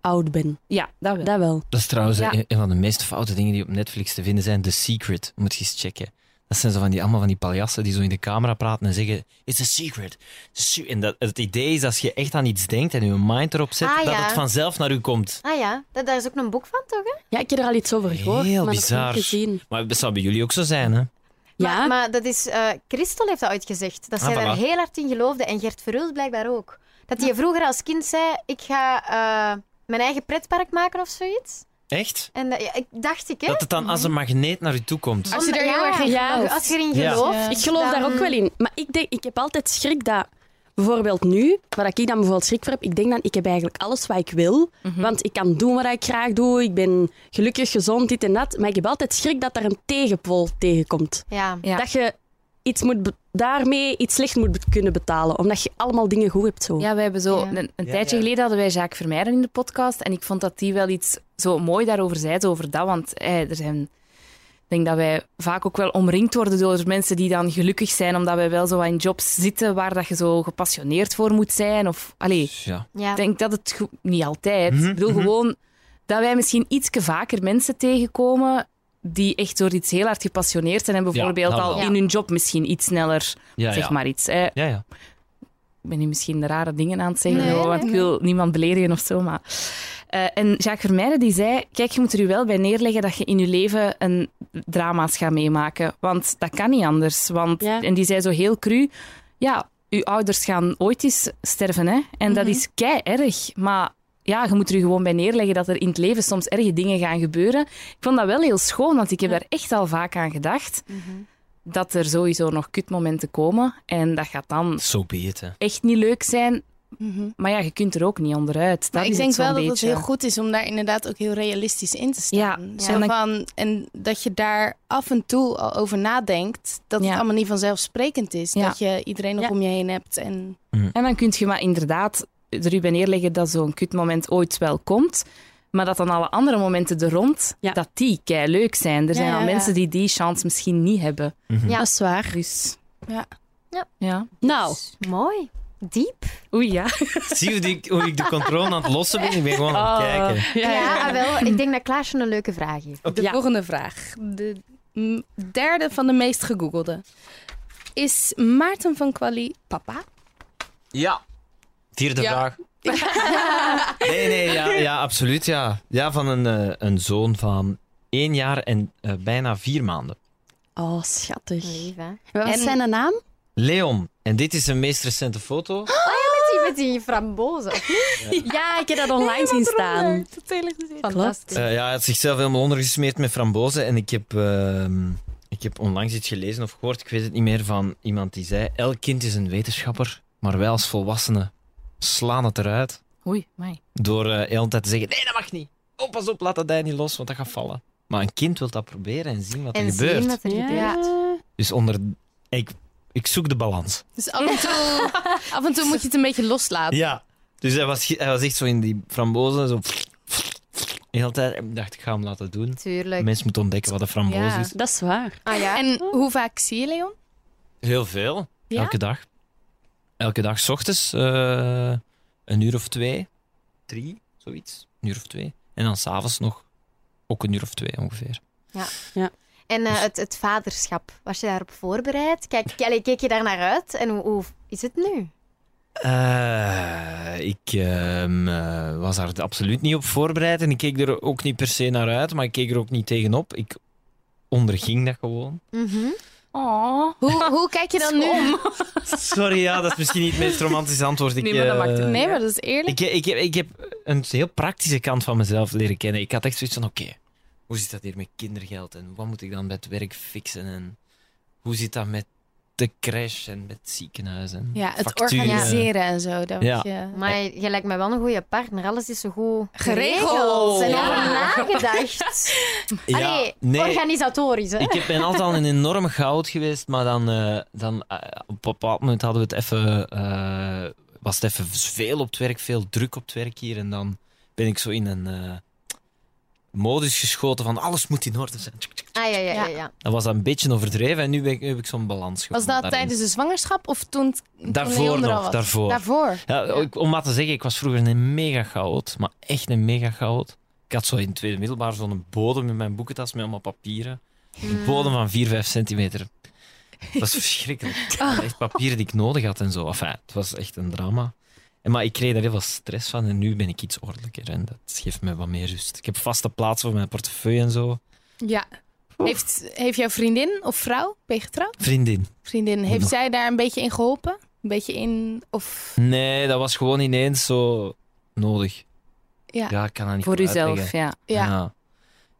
oud ben. ja, dat wel. Dat wel. Dat is trouwens Ja. een, een van de meest foute dingen die op Netflix te vinden zijn. The Secret, moet je eens checken. Dat zijn zo van die, allemaal van die paljassen die zo in de camera praten en zeggen, it's a secret. It's a se-" En dat, het idee is dat als je echt aan iets denkt en je mind erop zet, Ah, dat ja. het vanzelf naar u komt. Ah ja, Da- daar is ook een boek van, toch? Hè? Ja, ik heb er al iets over gehoord, Heel maar dat bizar. heb ik niet gezien. Maar dat zou bij jullie ook zo zijn, hè? Ja, Maar, maar dat is... eh Christel heeft dat ooit gezegd. Dat Ah, zij daar voilà. heel hard in geloofde. En Gert Verhulst blijkbaar ook. Dat hij vroeger als kind zei, ik ga eh, mijn eigen pretpark maken of zoiets. Echt? En dat, ja, ik dacht ik, hè? Dat het dan als een magneet naar u toe komt. Als je er heel erg in ja, gelooft. Als je erin Ja. gelooft. Ja. ik geloof daar ook wel in. Maar ik, denk, ik heb altijd schrik dat... Bijvoorbeeld nu, waar ik dan bijvoorbeeld schrik voor heb, ik denk dan, ik heb eigenlijk alles wat ik wil. Want ik kan doen wat ik graag doe, ik ben gelukkig, gezond, dit en dat. Maar ik heb altijd schrik dat er een tegenpol tegenkomt. Ja. Ja. Dat je iets moet be- daarmee iets slecht moet be- kunnen betalen, omdat je allemaal dingen goed hebt. Zo. Ja, we hebben zo Ja. een, een Ja, tijdje ja. geleden hadden wij Jacques Vermeijden in de podcast. En ik vond dat die wel iets zo mooi daarover zei, zo over dat. Want eh, er zijn. Ik denk dat wij vaak ook wel omringd worden door mensen die dan gelukkig zijn, omdat wij wel zo wat in jobs zitten waar dat je zo gepassioneerd voor moet zijn. Of, allee, Ja. Ja. Ik denk dat het ge- niet altijd. Mhm, Ik bedoel mhm. gewoon dat wij misschien iets vaker mensen tegenkomen die echt door iets heel hard gepassioneerd zijn en bijvoorbeeld dat al wel. in hun job misschien iets sneller, Ja, zeg ja. maar iets. Hè. Ja, ja. Ik ben nu misschien rare dingen aan het zeggen, Nee, hoor, want nee, ik wil niemand beledigen of zo, maar... Eh, en Jacques Vermeijden die zei, kijk, je moet er je wel bij neerleggen dat je in je leven een drama's gaat meemaken, want dat kan niet anders. Want, Ja. En die zei zo heel cru, ja, je ouders gaan ooit eens sterven, hè. En dat Mhm. is kei erg, maar ja, je moet er je gewoon bij neerleggen dat er in het leven soms erge dingen gaan gebeuren. Ik vond dat wel heel schoon, want ik heb daar echt al vaak aan gedacht. Mhm. Dat er sowieso nog kutmomenten komen en dat gaat dan Zo be it, hè. echt niet leuk zijn. Mhm. Maar ja, je kunt er ook niet onderuit. Dat Maar ik is denk het zo'n wel dat het beetje. heel goed is om daar inderdaad ook heel realistisch in te staan. Ja, Zo en dan- van, en dat je daar af en toe al over nadenkt. Dat Ja. het allemaal niet vanzelfsprekend is. Ja. Dat je iedereen nog Ja. om je heen hebt. En En dan kun je maar inderdaad er u bij neerleggen dat zo'n kutmoment ooit wel komt. Maar dat dan alle andere momenten er rond, Ja. dat die kei leuk zijn. Er Ja, zijn al ja, ja. mensen die die chance misschien niet hebben. Mhm. Ja. Dat is waar. Dus Ja. Ja. ja. Nou, Mooi. Diep. Oei ja. Zie je hoe ik, hoe ik de controle aan het lossen ben? Ik ben gewoon aan het Oh. kijken. Ja, Oh. ah, wel. Ik denk dat Klaasje een leuke vraag heeft. de Ja. volgende vraag. De mm, derde van de meest gegoogelde. Is Maarten van Quali papa? Ja. Vierde Ja. vraag. nee, nee, ja, ja absoluut. Ja, ja van een, eh, een zoon van één jaar en eh, bijna vier maanden. Oh, schattig. Lief, hè? Wat was En- zijn naam? Leon. En dit is zijn meest recente foto. Met die, met die frambozen. Ja, ik heb dat online zien staan. Fantastisch. Eh, ja, hij had zichzelf helemaal ondergesmeerd met frambozen. En ik heb, ehm, ik heb onlangs iets gelezen of gehoord, ik weet het niet meer, van iemand die zei... Elk kind is een wetenschapper, maar wij als volwassenen slaan het eruit. Oei, mij. Door eh heel de tijd te zeggen, nee, dat mag niet. Oh, pas op, laat dat dij niet los, want dat gaat vallen. Maar een kind wil dat proberen en zien wat er En gebeurt. zien wat er gebeurt. Dus onder... Ik, ik zoek de balans. Dus af en, toe, af en toe moet je het een beetje loslaten. Ja. Dus hij was, hij was echt zo in die frambozen, zo... Heel de tijd, ik dacht, ik ga hem laten doen. Tuurlijk. Mensen moeten ontdekken wat een framboos Ja. is. Dat is waar. Ah ja. En hoe vaak zie je Leon? Heel veel. Ja? Elke dag. Elke dag, s ochtends eh, een uur of twee. Drie, zoiets. Een uur of twee. En dan s'avonds nog ook een uur of twee ongeveer. En eh, het, het vaderschap, was je daarop voorbereid? Kijk, allee, keek je daar naar uit? En hoe, hoe is het nu? Eh, ik ehm, eh, was daar absoluut niet op voorbereid. En ik keek er ook niet per se naar uit, maar ik keek er ook niet tegenop. Ik onderging dat gewoon. Oh. Mhm. Hoe, hoe kijk je dan nu? Sorry, ja, dat is misschien niet het meest romantische antwoord. Ik, Nee, maar dat eh, maakt het Nee, maar dat is eerlijk. Ik, ik, heb, ik heb een heel praktische kant van mezelf leren kennen. Ik had echt zoiets van, oké, hoe zit dat hier met kindergeld? En wat moet ik dan bij het werk fixen? En hoe zit dat met de crash en met het ziekenhuis? En Ja, het facturen? organiseren en zo. Dat Ja. word je... Maar je lijkt mij wel een goede partner. Alles is zo goed Geregeld. En Ja. over nagedacht. Ja, Allee, nee, organisatorisch. Hè? ik heb- ben altijd al een enorme goud geweest, maar dan, eh, dan eh, op een bepaald moment hadden we het even, eh, was het even veel op het werk, veel druk op het werk hier. En dan ben ik zo in een eh, modus geschoten van alles moet in orde zijn. Ah ja, ja, ja. Ja. ja. Dat was een beetje overdreven en nu, ben ik, nu heb ik zo'n balans Was gevonden. dat daarin. tijdens de zwangerschap of toen het- toen Daarvoor Leon er al nog, was? daarvoor. Daarvoor. Ja, ik- Om maar te zeggen, ik was vroeger een mega chaot, maar echt een mega chaot. Ik had zo in het tweede middelbaar zo'n bodem in mijn boekentas met allemaal papieren. Een bodem van 4, 5 centimeter. Dat was verschrikkelijk. Ik had Echt papieren die ik nodig had en zo. Enfin, het was echt een drama. En Maar ik kreeg daar heel veel stress van en nu ben ik iets ordelijker en dat geeft me wat meer rust. Ik heb vaste plaatsen voor mijn portefeuille en zo. Ja. Heeft, heeft jouwd vriendin of vrouw, ben je getrouwd? Vriendin. Vriendin, heeft Nog. zij daar een beetje in geholpen? Een beetje in, of... Nee, dat was gewoon ineens zo nodig. Ja. Ja, ik kan dat niet Voor goed uzelf, uitleggen. ja. Ja. Ja.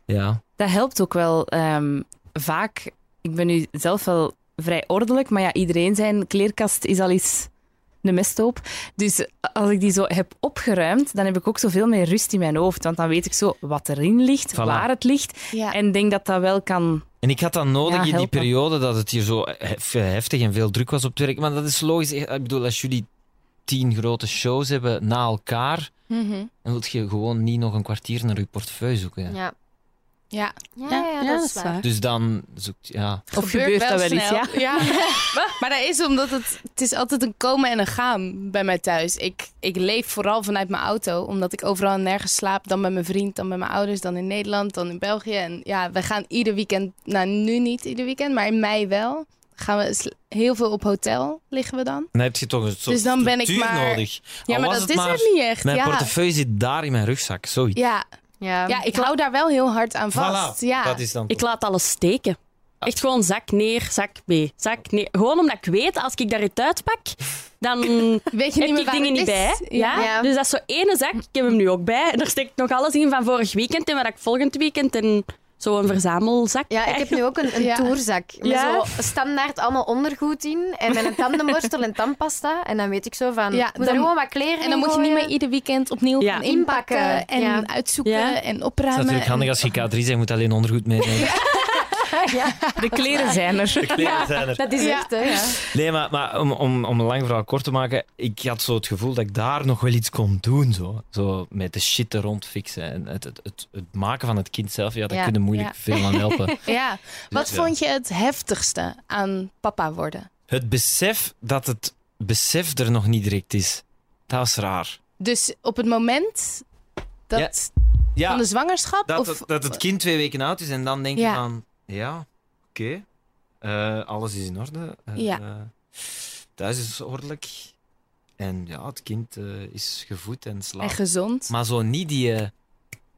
Ja. Dat helpt ook wel ehm, vaak. Ik ben nu zelf wel vrij ordelijk, maar ja, iedereen zijn kleerkast is al eens een mesthoop. Dus als ik die zo heb opgeruimd, dan heb ik ook zoveel meer rust in mijn hoofd. Want dan weet ik zo wat erin ligt, Voilà. waar het ligt. Ja. En denk dat dat wel kan. En ik had dat nodig Ja, in die helpen. periode dat het hier zo hef- heftig en veel druk was op het werk. Maar dat is logisch. Ik bedoel, als jullie tien grote shows hebben na elkaar, Mhm. dan wil je gewoon niet nog een kwartier naar je portefeuille zoeken. hè. Ja. ja. Ja, ja, dat is waar. Dus dan zoekt... Ja. Of gebeurt dat wel eens, snel. ja. maar dat is omdat het... Het is altijd een komen en een gaan bij mij thuis. Ik, ik leef vooral vanuit mijn auto. Omdat ik overal en nergens slaap. Dan bij mijn vriend, dan bij mijn ouders, dan in Nederland, dan in België. En ja, we gaan ieder weekend... Nou, nu niet ieder weekend, maar in mei wel. Gaan we sl- heel veel op hotel liggen we dan. Dan heb je toch een soort Dus dan ben ik structuur maar- nodig. Ja, Al maar was dat het is maar, er niet echt. Mijn ja. portefeuille zit daar in mijn rugzak, zoiets. Ja, Ja. ja, ik hou daar wel heel hard aan vast. Voilà, Ja. dat is dan Ik laat alles steken. Echt gewoon zak neer, zak mee, zak neer. Gewoon omdat ik weet, als ik daar iets uitpak, dan Weet je heb niet meer ik waar dingen het niet bij. is? Ja? Ja. Dus dat is zo ene zak. Ik heb hem nu ook bij. En daar steekt nog alles in van vorig weekend en wat ik volgend weekend en Zo'n verzamelzak. Ja, ik heb nu ook een, een Ja. toerzak. Met Ja. zo standaard allemaal ondergoed in. En met een tandenborstel en tandpasta. En dan weet ik zo van, Ja, moet dan- er gewoon wat kleren En dan in moet je niet gooien. meer ieder weekend opnieuw Ja. gaan inpakken Inpakken, en ja. uitzoeken Ja. en is opruimen. natuurlijk handig als je K3 bent, je moet alleen ondergoed meenemen. De kleren zijn er. De kleren zijn er. Dat is Ja. echt, hè. Ja. Nee, maar, maar om, om, om een lang verhaal kort te maken, ik had zo het gevoel dat ik daar nog wel iets kon doen. Zo, zo met de shit er rond fixen. En het, het, het, het maken van het kind zelf, ja, daar Ja, kunnen moeilijk ja. veel aan helpen. Ja. Wat ja. vond je het heftigste aan papa worden? Het besef dat het besef er nog niet direct is, dat was raar. Dus op het moment dat, Ja, van de zwangerschap? dat, of, het- dat het kind twee weken oud is en dan denk Ja. je van, ja, oké, eh, alles is in orde. Eh, Ja. eh, thuis is ordelijk. En ja, het kind eh, is gevoed en En slaapt. gezond? Maar zo niet die eh,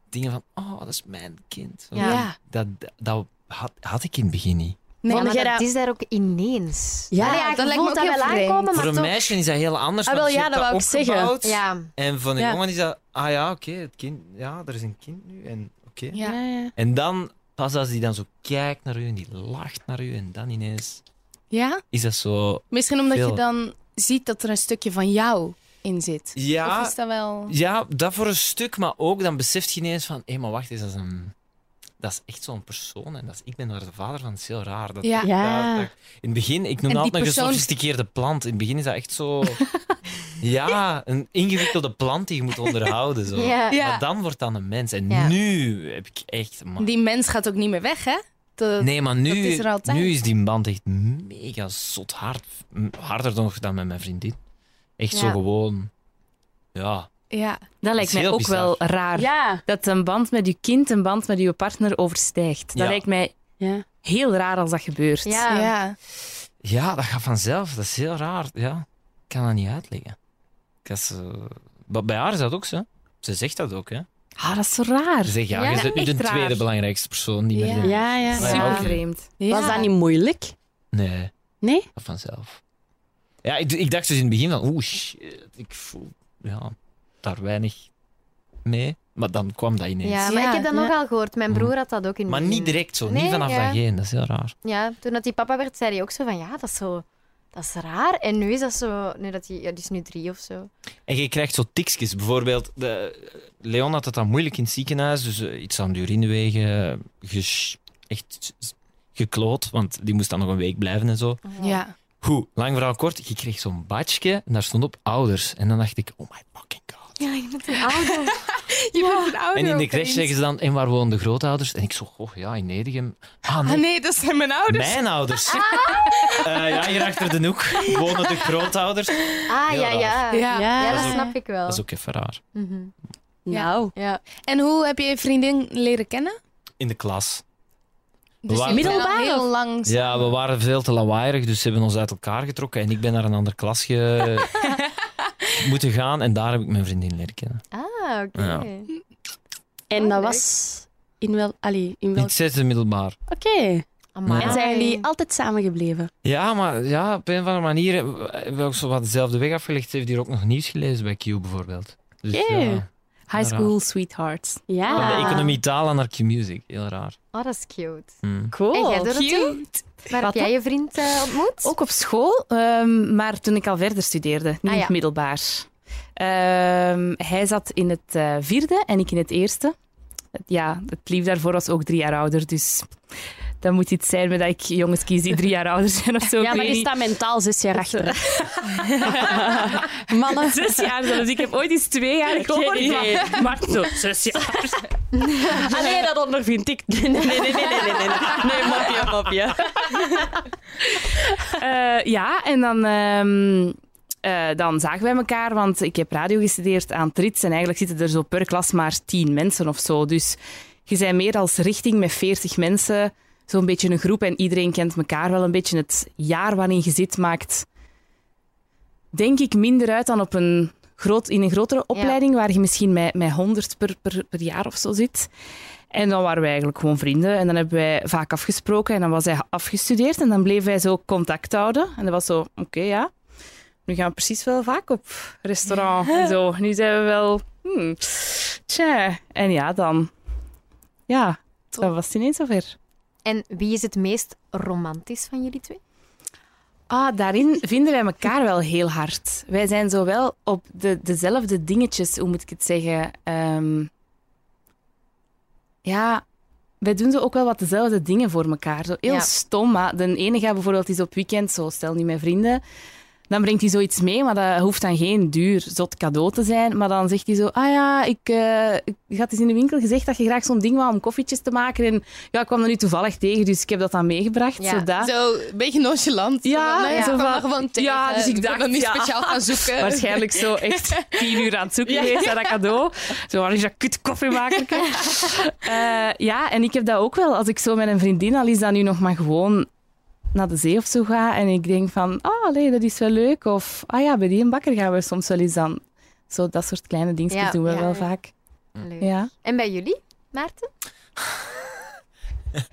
dingen van, oh, dat is mijn kind. Ja. Dat, dat had, had ik in het begin niet. Nee, Ja, maar maar dat- dat is daar ook ineens. Ja, Allee, dat je lijkt me voelt ook dat heel wel vreemd. aankomen, Voor maar een toch... meisje is dat heel anders. Ah, want je wel, ja, hebt dat wou ik zeggen. opgebouwd. Ja. En van een Ja. jongen is dat, ah ja, oké, het kind, ja, er is een kind nu. En, oké. Ja. en dan, pas als die dan zo kijkt naar u en die lacht naar u en dan ineens ja? is dat zo... Misschien omdat je Veel. dan ziet dat er een stukje van jou in zit. Of Ja, is dat wel... ja, dat voor een stuk, maar ook dan beseft je ineens van, hé, maar wacht eens, dat is, een, dat is echt zo'n persoon. En dat is, ik ben daar de vader van, dat is heel raar. Dat, Ja. Ja. dat- dat- in het begin, ik En noem die altijd nog een persoon- gesofisticeerde plant. In het begin is dat echt zo... ja, een ingewikkelde plant die je moet onderhouden. Zo. Ja. Ja. Maar dan wordt dan een mens. En Ja. nu heb ik echt... man, Die mens gaat ook niet meer weg, hè? Dat- nee, maar nu is er altijd. nu is die band echt mega zot hard. M- Harder nog dan met mijn vriendin. Echt zo Ja. gewoon... Ja. Ja. Dat lijkt is mij heel ook bizar. wel raar. Ja. Dat een band met je kind een band met je partner overstijgt. Dat Ja. lijkt mij ja. heel raar als dat gebeurt. Ja. Ja. ja, dat gaat vanzelf. Dat is heel raar. Ja. Ik kan dat niet uitleggen. Ik had ze- Maar Bij haar is dat ook zo. Ze zegt dat ook, hè. Ah, dat is zo raar. Ze zegt, ja, Ja, je bent nu echt de raar. tweede belangrijkste persoon die met Ja. een- Ja, ja. Ja. Super vreemd. Was dat niet moeilijk? Nee, Nee? dat vanzelf. Ja, ik, ik dacht dus in het begin van, oeh, shit, ik voel ja, daar weinig mee. Maar dan kwam dat ineens. Ja, maar Ja, ik heb dat ja. nogal gehoord. Mijn broer had dat ook in het Mm. Maar begin. niet direct zo, niet Nee, vanaf ja. dat geen, dat is heel raar. Ja, toen dat hij papa werd, zei hij ook zo van, ja, dat is zo... Dat is raar. En nu is dat zo... Nu dat hij... Ja, die is nu drie of zo. En je krijgt zo tikjes. Bijvoorbeeld, de, Leon had het dan moeilijk in het ziekenhuis, dus eh, iets aan de urinewegen, eh, gesch- echt s- gekloot, want die moest dan nog een week blijven en zo. Ja. Goed, lang verhaal kort, je kreeg zo'n badje en daar stond op ouders. En dan dacht ik, oh my fucking god. Ja, je bent een ouder. Je bent een ouder En in de opeens. crash zeggen ze dan, en waar wonen de grootouders? En ik zo, goh, ja, in Nederigem. Ah, nee, Ah nee, dat zijn mijn ouders. Ah. mijn ouders. Eh, ja, hier achter de hoek wonen de grootouders. Ah, Heel ja, ja. raar. Ja, Ja. dat snap ik wel. Dat is ook even raar. Mhm. Ja. Nou. Ja. En hoe heb je je vriendin leren kennen? In de klas. Dus Waar- jullie zijn al Middelbaar Heel of- lang. Ja, we waren veel te lawaaierig, dus ze hebben ons uit elkaar getrokken. En ik ben naar een andere klas ge- moeten gaan. En daar heb ik mijn vriendin leren kennen. Ah, oké. Ja. En Oh, dat leuk. was in wel... Allee, in In wel... het zesde middelbaar. Oké. Amai. Ja. En zijn jullie altijd samengebleven? Ja, maar ja, op een of andere manier hebben we ook zo wat dezelfde weg afgelegd. Ze heeft hier ook nog nieuws gelezen bij Q bijvoorbeeld. Dus, Oké. ja. High school sweethearts. Ja. Van de economie taal naar Q-music. Heel raar. Oh, dat is cute. Mm. en Cool. jij doet het ook? Waar Wat heb jij dan? je vriend eh, ontmoet? Ook op school, ehm, maar toen ik al verder studeerde, niet Ah, in ja. het middelbaar. Ehm, hij zat in het eh, vierde en ik in het eerste. Het- Ja, het lief daarvoor was ook drie jaar ouder, dus dat moet iets zijn met dat ik jongens kies die drie jaar ouder zijn of zo. Ja, ik maar weet je niet. staat mentaal zes jaar achter. Mannen. Zes jaar zelfs. dus Ik heb ooit eens twee jaar gehoord, Geen idee. maar, maar zo, zes jaar. Allee, Ah, dat ondervind ik. Nee, nee, nee, nee, nee, nee. Nee, nee mopje, mopje. Eh, ja, en dan, ehm, eh, dan zagen wij elkaar, want ik heb radio gestudeerd aan Trits en eigenlijk zitten er zo per klas maar tien mensen of zo. Dus je bent meer als richting met veertig mensen, zo'n beetje een groep en iedereen kent elkaar wel een beetje. Het jaar waarin je zit maakt, denk ik, minder uit dan op een groot, in een grotere opleiding waar je misschien met, met 100 per, per, per jaar of zo zit. En dan waren wij eigenlijk gewoon vrienden. En dan hebben wij vaak afgesproken. En dan was hij afgestudeerd. En dan bleven wij zo contact houden. En dat was zo, oké, ja. Nu gaan we precies wel vaak op restaurant en zo. Nu zijn we wel... Hmm, tja. En ja, dan... Ja, Dat was het ineens zover. En wie is het meest romantisch van jullie twee? Ah, daarin vinden wij elkaar wel heel hard. Wij zijn zowel op de, dezelfde dingetjes, hoe moet ik het zeggen? Ehm, ja, wij doen zo ook wel wat dezelfde dingen voor elkaar. Zo heel Ja. stom, maar de ene gaat bijvoorbeeld eens op weekend, zo stel niet mijn vrienden. Dan brengt hij zoiets mee, maar dat hoeft dan geen duur zot cadeau te zijn. Maar dan zegt hij zo, ah ja, ik, eh ik had eens in de winkel gezegd dat je graag zo'n ding wou om koffietjes te maken. En ja, ik kwam er nu toevallig tegen, dus ik heb dat dan meegebracht. Ja, zo dat. Zo, een beetje nonchalant. Ja, Zo van, nou ja. ik kwam Zo er van- gewoon tegen. ja, dus ik ben dacht, er niet ja. speciaal gaan zoeken. Waarschijnlijk zo echt tien uur aan het zoeken geweest naar dat cadeau. Zo, waar is dat kut koffiemaker? Eh, ja, en ik heb dat ook wel. Als ik zo met een vriendin, al is dat nu nog maar gewoon naar de zee of zo ga, en ik denk van, ah, allee, dat is wel leuk. Of, ah ja, bij die een bakker gaan we soms wel eens dan. Zo, dat soort kleine dingetjes Ja, doen we ja, wel ja. vaak. Mm. Leuk. Ja. En bij jullie, Maarten?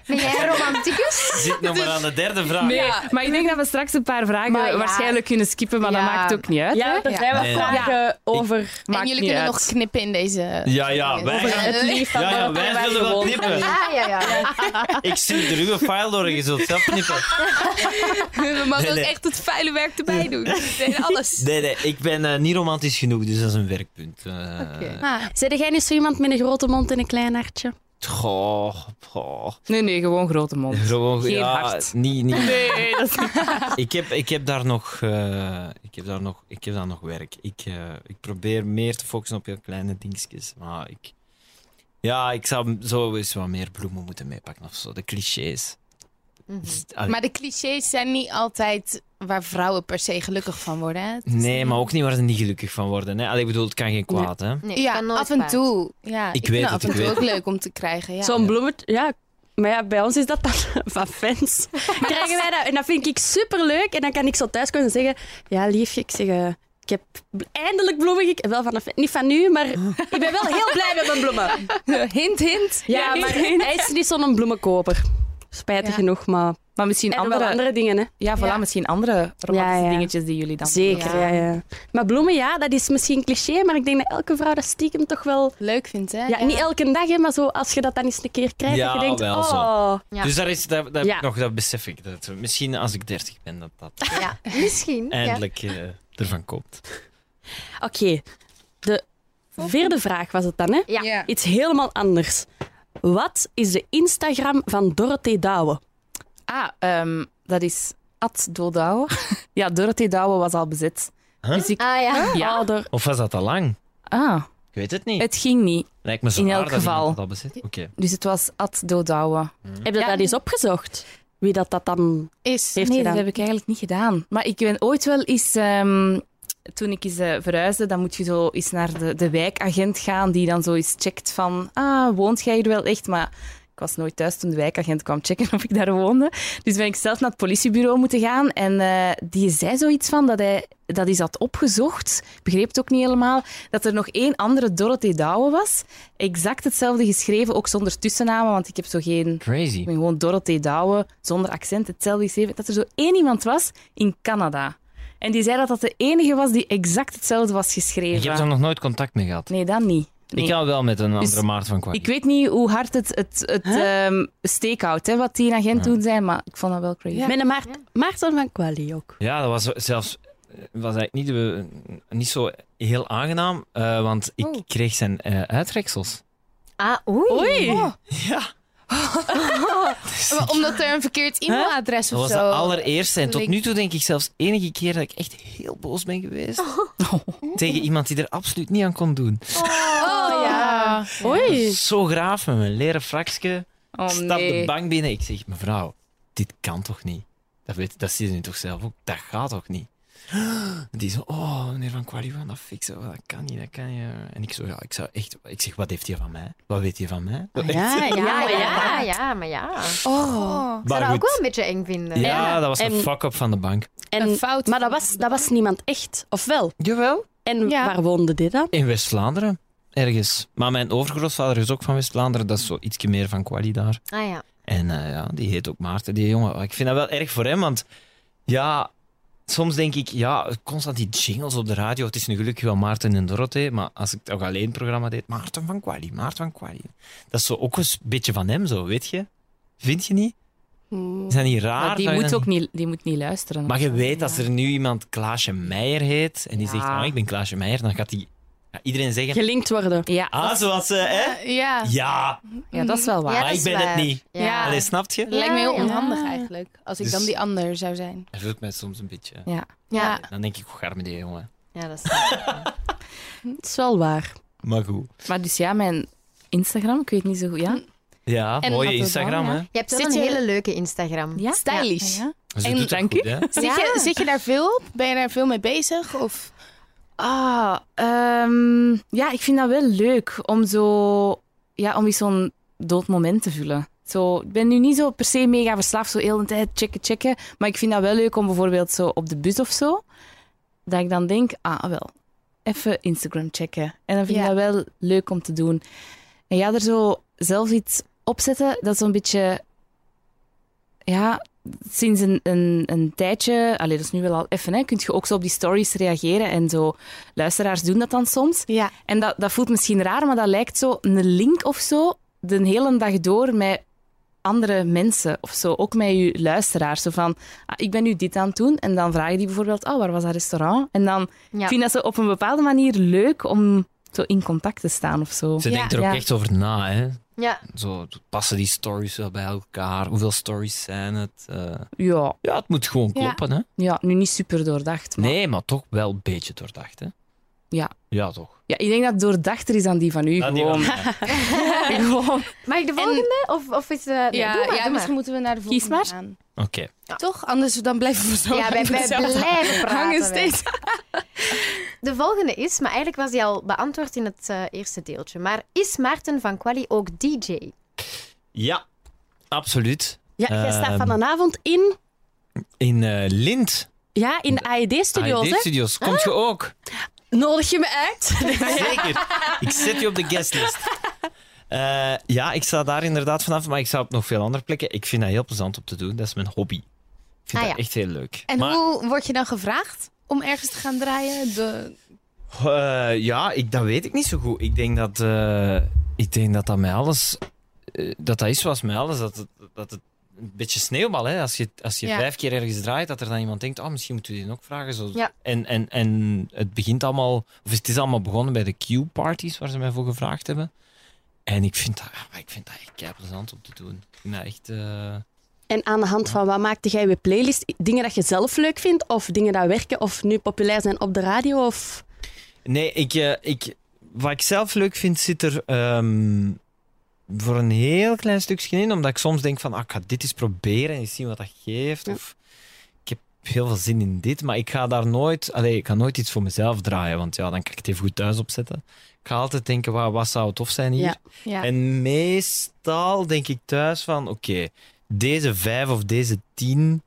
ben jij een romanticus? Zit nog maar aan de derde vraag. Nee, Ja. maar ik denk dat we straks een paar vragen Maar ja. waarschijnlijk kunnen skippen, maar dat Ja. maakt ook niet uit. hè? Ja, er zijn wat Nee. vragen over En Maakt jullie niet kunnen uit. nog knippen in deze... Ja, ja, Over wij, het lief van ja, ja, Dorothy wij en zullen wel gewoon. knippen. Ah, ja, ja. Ik zie er uw file door en je zult zelf knippen. We mogen Nee, nee. ook echt het vuile werk erbij doen. We deden alles. Nee, nee, ik ben eh, niet romantisch genoeg, dus dat is een werkpunt. Eh, Oké. Ah, Zijn jij niet zo iemand met een grote mond en een klein hartje? Goh, goh. Nee, nee, gewoon grote mond. Gewoon, Geen ja, hart. Niet, niet. Nee, dat is niet... Ik, heb, ik heb daar nog, eh, ik heb daar nog, ik heb daar nog werk. Ik, eh, ik probeer meer te focussen op heel kleine dingetjes, maar ik, ja, ik zou zo eens wat meer bloemen moeten meepakken of zo. De clichés. Mhm. Allee, Maar de clichés zijn niet altijd waar vrouwen per se gelukkig van worden. Hè? Het is nee, niet- maar ook niet waar ze niet gelukkig van worden. Hè? Allee, ik bedoel, het kan geen kwaad, hè? Nee, ik Ja, kan nooit af en kwaad. toe. Ja, Ik weet vind het, af en ik toe weet ook leuk om te krijgen. Ja. Zo'n bloemetje, ja. Maar ja, bij ons is dat dan van fans. Krijgen wij dat, en dat vind ik superleuk. En dan kan ik zo thuis komen en zeggen... Ja, liefje, ik zeg... eh, ik heb bl- eindelijk bloemen. gek- Wel van een fan. Niet van nu, maar ik ben wel heel blij met mijn bloemen. hint, hint. Ja, maar hij is niet zo'n bloemenkoper. Spijtig Ja. genoeg, maar... Maar misschien En andere... andere, wel andere dingen, hè. Ja, voilà, Ja. misschien andere romantische Ja, ja. dingetjes die jullie dan Zeker, ja. Ja. Ja, Maar bloemen, ja, dat is misschien cliché, maar ik denk dat elke vrouw dat stiekem toch wel... Leuk vindt, hè? Ja, niet elke dag, hè, maar zo als je dat dan eens een keer krijgt, Ja, dat je denkt... wel zo. oh, Ja. Dus daar is, dat, dat, Ja. nog, dat besef ik. Dat, misschien als ik 30 ben, dat dat Ja, misschien. Ja. eindelijk eh, ervan komt. Oké, de vierde vraag was het dan, hè? Ja. Ja. Iets helemaal anders. Wat is de Instagram van Dorothee Douwe? Ah, ehm, dat is Ad Dodouwe. ja, Dorothee Douwe was al bezet. Huh? Dus ik... Ah ja. Ja. Oh, Dor- Of was dat al lang? Ah, Ik weet het niet. het ging niet. Lijkt me zo in raar elk dat iemand geval. dat bezit. Oké. Dus het was Ad Dodouwe. Heb je Ja. dat eens opgezocht? Wie dat, dat dan Is. heeft nee, gedaan? dat heb ik eigenlijk niet gedaan. Maar ik ben ooit wel eens... ehm, toen ik eens eh, verhuisde, dan moet je zo eens naar de, de wijkagent gaan, die dan zo eens checkt van... Ah, woont jij hier wel echt? Maar ik was nooit thuis toen de wijkagent kwam checken of ik daar woonde. Dus ben ik zelf naar het politiebureau moeten gaan. En eh, die zei zoiets van dat hij dat is had opgezocht. Begreep het ook niet helemaal. Dat er nog één andere Dorothee Douwe was. Exact hetzelfde geschreven, ook zonder tussennamen, want ik heb zo geen Crazy. ik ben gewoon Dorothee Douwe, zonder accent, hetzelfde geschreven. Dat er zo één iemand was in Canada. En die zei dat dat de enige was die exact hetzelfde was Ik heb geschreven. daar nog nooit contact mee gehad. Nee, dat niet. Nee. Ik kan wel met een andere Dus Maart van Kwaai. Ik weet niet hoe hard het, het, het ehm, steekhoudt, hè, wat die agent toen zei, maar ik vond dat wel crazy. Met een Maart- Maarten van Quali ook. Ja, dat was zelfs eh, was eigenlijk niet, de- niet zo heel aangenaam, eh, want ik Oh. kreeg zijn eh, uittreksels. Ah, oei. Oh, Ja. maar omdat er een verkeerd e-mailadres Dat of was zo. de allereerste en tot Link. nu toe denk ik zelfs enige keer dat ik echt heel boos ben geweest. Tegen iemand die er absoluut niet aan kon doen. Oh ja. Dat Oei. was Zo graaf met mijn leren fraksje. Oh, ik stap de nee. bank binnen. Ik zeg, mevrouw, dit kan toch niet? Dat, weet, dat zie je nu toch zelf ook? Dat gaat toch niet? Die zo, oh, meneer Van Kwali, we gaan dat fixen. Oh, Dat kan niet, dat kan niet. En ik zo, ja, ik zou echt... Ik zeg, wat heeft hij van mij? Wat weet hij van mij? Ja, ja, Ja, ja. ja, ja, ja, maar ja. Ik Oh. zou Maar dat ook goed. wel een beetje eng vinden. Ja, dat was een En- fuck-up van de bank. En, Een fout. maar dat was, dat was niemand echt, of wel? Jawel. En Ja. waar woonde dit dan? In West-Vlaanderen, ergens. Maar mijn overgrootvader is ook van West-Vlaanderen. Dat is zo ietsje meer Van Kwali daar. Ah ja. En eh, ja, die heet ook Maarten, die jongen. Ik vind dat wel erg voor hem, want ja, soms denk ik, ja, constant die jingles op de radio. Het is nu gelukkig wel Maarten en Dorothee, maar als ik ook alleen het programma deed, Maarten van Quali, Maarten van Quali. Dat is zo ook een beetje van hem, zo, weet je? Vind je niet? Zijn die raar? Hmm. Maar die dat je moet dan- ook niet, die moet niet luisteren. Maar je Of zo, weet, als ja. er nu iemand Klaasje Meijer heet en die zegt, Ja. ah, ik ben Klaasje Meijer, dan gaat die, gaat iedereen zeggen, Gelinkt worden. Ja, ah, zoals ze, hè? Ja. Ja, ja, dat is wel waar. Ja, maar dat ik is ben waar. het niet. Ja. Allee, snap je? Lijkt me heel Ja, ja. onhandig eigenlijk. Als ik Dus- dan die ander zou zijn. Dat voelt mij soms een beetje... Ja. Ja. Dan denk ik, hoe gaar met die jongen. Ja, dat is... Het is wel waar. Maar goed. Maar dus ja, mijn Instagram, ik weet niet zo goed. Ja, Hm. Ja, En mooie wat we Instagram, dan, hè? ja. Je hebt wel Zit een je- hele leuke Instagram. ja? Stylish. Ja, ja. Ze En- doet het dank goed, hè? Zit, je, zit je daar veel op? Ben je daar veel mee bezig? Of Ah, ehm, ja, ik vind dat wel leuk om zo, ja, om eens zo'n dood moment te vullen. Zo, ik ben nu niet zo per se mega verslaafd, zo heel de tijd checken, checken. Maar ik vind dat wel leuk om bijvoorbeeld zo op de bus of zo, dat ik dan denk, ah wel, even Instagram checken. En dan vind ik Ja. dat wel leuk om te doen. En ja, er zo zelf iets opzetten, dat is zo'n beetje, ja, sinds een, een, een tijdje, allee, dat is nu wel al even, hè, kun je ook zo op die stories reageren en zo. Luisteraars doen dat dan soms. Ja. En dat, dat voelt misschien raar, maar dat lijkt zo een link of zo de hele dag door met andere mensen of zo. Ook met je luisteraars. Zo van, ah, ik ben nu dit aan het doen. En dan vragen die bijvoorbeeld, oh, waar was dat restaurant? En dan Ja. ik vind dat ze op een bepaalde manier leuk om zo in contact te staan of zo. Ze Ja. denkt er ook Ja. echt over na, hè? Ja. Zo, passen die stories wel bij elkaar? Hoeveel stories zijn het? Eh, Ja, ja, het moet gewoon Ja. kloppen, hè? ja nu niet super doordacht. Maar Nee, maar toch wel een beetje doordacht, hè? Ja. Ja, toch? ja, ik denk dat doordachter is dan die van u. gewoon. gewoon. Mag ik de volgende? Of, of is de... Nee, doe maar, doe maar. misschien moeten we naar de Kies volgende maar. gaan. Oké. Toch? Anders dan blijven we zo Ja, wij, bij wij blijven praten. hangen wij. steeds. De volgende is, maar eigenlijk was die al beantwoord in het eh, eerste deeltje. Maar is Maarten van Quali ook DJ? Ja, absoluut. Ja, jij staat Ehm. vanavond in, In eh Lint, ja, in de AED-studio's, hè? AED-studios, komt je ook? Nodig je me uit? Zeker. Ik zet je op de guestlist. Eh, ja, ik sta daar inderdaad vanaf, maar ik sta op nog veel andere plekken. Ik vind dat heel plezant om te doen. Dat is mijn hobby. Ik vind Ah, dat ja. echt heel leuk. En maar, hoe word je dan gevraagd om ergens te gaan draaien? De... eh, ja, ik, dat weet ik niet zo goed. Ik denk dat eh, ik denk dat, dat met alles... eh, dat dat is zoals met alles. Dat het, dat het een beetje sneeuwbal, hè. Als je, als je Ja. vijf keer ergens draait, dat er dan iemand denkt, oh, misschien moeten we die ook vragen. Zo. Ja. En, en, en het begint allemaal... Of het is allemaal begonnen bij de Q-parties, waar ze mij voor gevraagd hebben. En ik vind dat, ah, ik vind dat echt keipleziant om te doen. Ik vind dat echt... eh, En aan de hand van wat maakte jij je playlist? Dingen dat je zelf leuk vindt? Of dingen dat werken? Of nu populair zijn op de radio? Of... Nee, ik, eh, ik, wat ik zelf leuk vind, zit er ehm, voor een heel klein stukje in. Omdat ik soms denk van, ah, ik ga dit eens proberen en eens zien wat dat geeft. Ja. Of, ik heb heel veel zin in dit, maar ik ga daar nooit... Allee, ik ga nooit iets voor mezelf draaien, want ja, dan kan ik het even goed thuis opzetten. Ik ga altijd denken, wat, wat zou tof zijn hier? Ja. Ja. En meestal denk ik thuis van, oké, deze vijf of deze tien,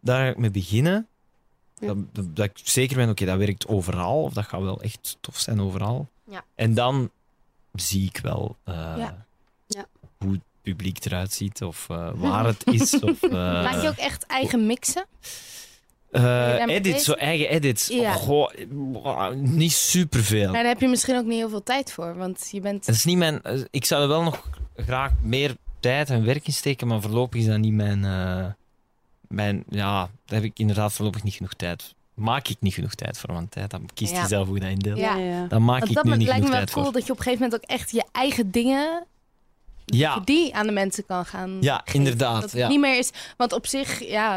daar ga ik mee beginnen. Ja. Dat, dat, dat ik zeker ben, oké, dat werkt overal, of dat gaat wel echt tof zijn overal. Ja. En dan zie ik wel eh, Ja. Ja. hoe het publiek eruit ziet, of eh, waar het is. Of, eh, oh. Maak je ook echt eigen mixen? eh, je daarmee edits, zo bezig? eigen edits. Ja. Goh, eh, niet superveel. Nou, daar heb je misschien ook niet heel veel tijd voor, want je bent... Dat is niet mijn. eh, Ik zou er wel nog graag meer tijd en werk in steken, maar voorlopig is dat niet mijn. eh, mijn ja, daar heb ik inderdaad voorlopig niet genoeg tijd. Maak ik niet genoeg tijd voor, want tijd, dan kiest je Ja. zelf hoe je dat indeelt. Ja. Dan maak Want ik dat nu me- niet lijkt genoeg me wel tijd cool voor. dat je op een gegeven moment ook echt je eigen dingen, Ja, die aan de mensen kan gaan ja geven. Dat inderdaad. het Ja. niet meer is... Want op zich, ja,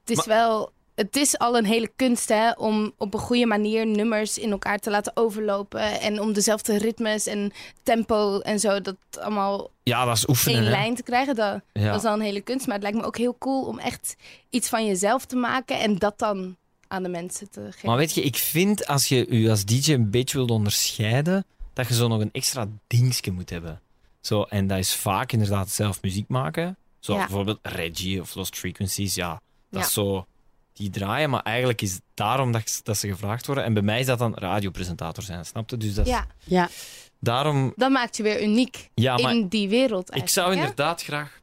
het is Maar- wel... Het is al een hele kunst, hè, om op een goede manier nummers in elkaar te laten overlopen. En om dezelfde ritmes en tempo en zo, dat allemaal ja, dat is oefenen. één hè. lijn te krijgen. Dat, Ja. Dat is al een hele kunst, maar het lijkt me ook heel cool om echt iets van jezelf te maken en dat dan aan de mensen te geven. Maar weet je, ik vind als je je als DJ een beetje wilt onderscheiden, dat je zo nog een extra dingetje moet hebben. Zo, en dat is vaak inderdaad zelf muziek maken. Zoals Ja. bijvoorbeeld Reggie of Lost Frequencies. Ja, dat Ja. is zo. Die draaien, maar eigenlijk is het daarom dat, ik- dat ze gevraagd worden. En bij mij is dat dan radiopresentator zijn, snap je? Dus dat is- Ja, Ja. daarom. dat maakt je weer uniek Ja, maar in die wereld. ik zou eigenlijk, hè? inderdaad graag.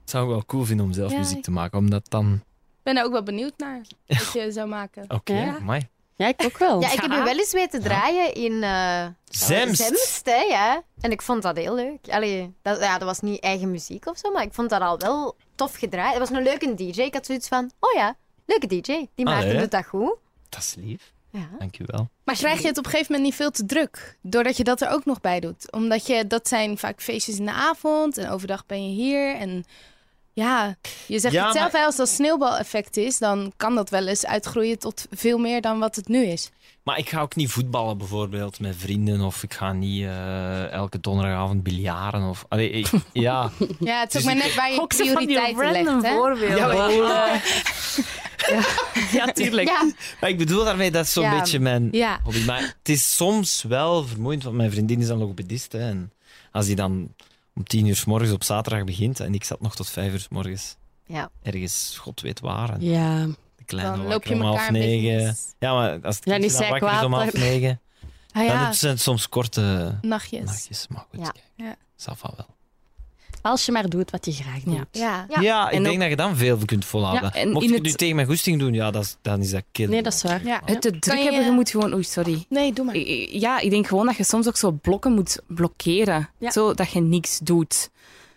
Het zou ik wel cool vinden om zelf Ja, muziek ik- te maken, omdat dan ben daar ook wel benieuwd naar. Wat je zou maken. Oké, Ja. amai. Ja, ik ook wel. Oh, Ja, ik heb je wel eens weten draaien in... eh Zemst. Zemst, hè, ja. En ik vond dat heel leuk. Allee, dat, ja, dat was niet eigen muziek of zo, maar ik vond dat al wel tof gedraaid. Het was een leuke DJ. Ik had zoiets van, oh ja, leuke DJ. Die Maarten Allee. doet dat goed. Dat is lief. Ja. Dankjewel. Maar krijg je het op een gegeven moment niet veel te druk? Doordat je dat er ook nog bij doet. Omdat je, dat zijn vaak feestjes in de avond en overdag ben je hier. En ja, je zegt Ja, het zelf, hè, als dat sneeuwbaleffect is, dan kan dat wel eens uitgroeien tot veel meer dan wat het nu is. Maar ik ga ook niet voetballen bijvoorbeeld met vrienden. Of ik ga niet eh, elke donderdagavond biljaren. Of... Allee, ik- ja. Ja, het is ook Dus maar net waar je Ook zo van die prioriteiten random legt. Hè? voorbeelden. ja, tuurlijk. Ja. Maar ik bedoel daarmee, dat is zo'n Ja. beetje mijn Ja. hobby. Maar het is soms wel vermoeiend, want mijn vriendin is dan logopedist. Hè, en als die dan om tien uur s morgens op zaterdag begint en ik zat nog tot vijf uur s morgens Ja. ergens, god weet waar. En Ja. de kleine Dan loop wakker je om elkaar half een beetje negen. mis. Ja, maar als het Ja, kindje nu dan zei ik wakker is om half water. negen, Ah, dan ja, het zijn het soms korte nachtjes. nachtjes. Maar goed, Ja. kijk, Ja. zal van wel. Als je maar doet wat je graag doet. Ja. Ja, Ja, ik en denk ook- dat je dan veel kunt volhouden. Ja, en Mocht in je het- nu tegen mijn goesting doen, ja, dat is, dan is dat kill. Nee, dat is waar. Ja. Het te druk je- hebben, je moet gewoon... Oei, sorry. Nee, doe maar. I- i- Ja, ik denk gewoon dat je soms ook zo blokken moet blokkeren. Ja. Zo dat je niks doet.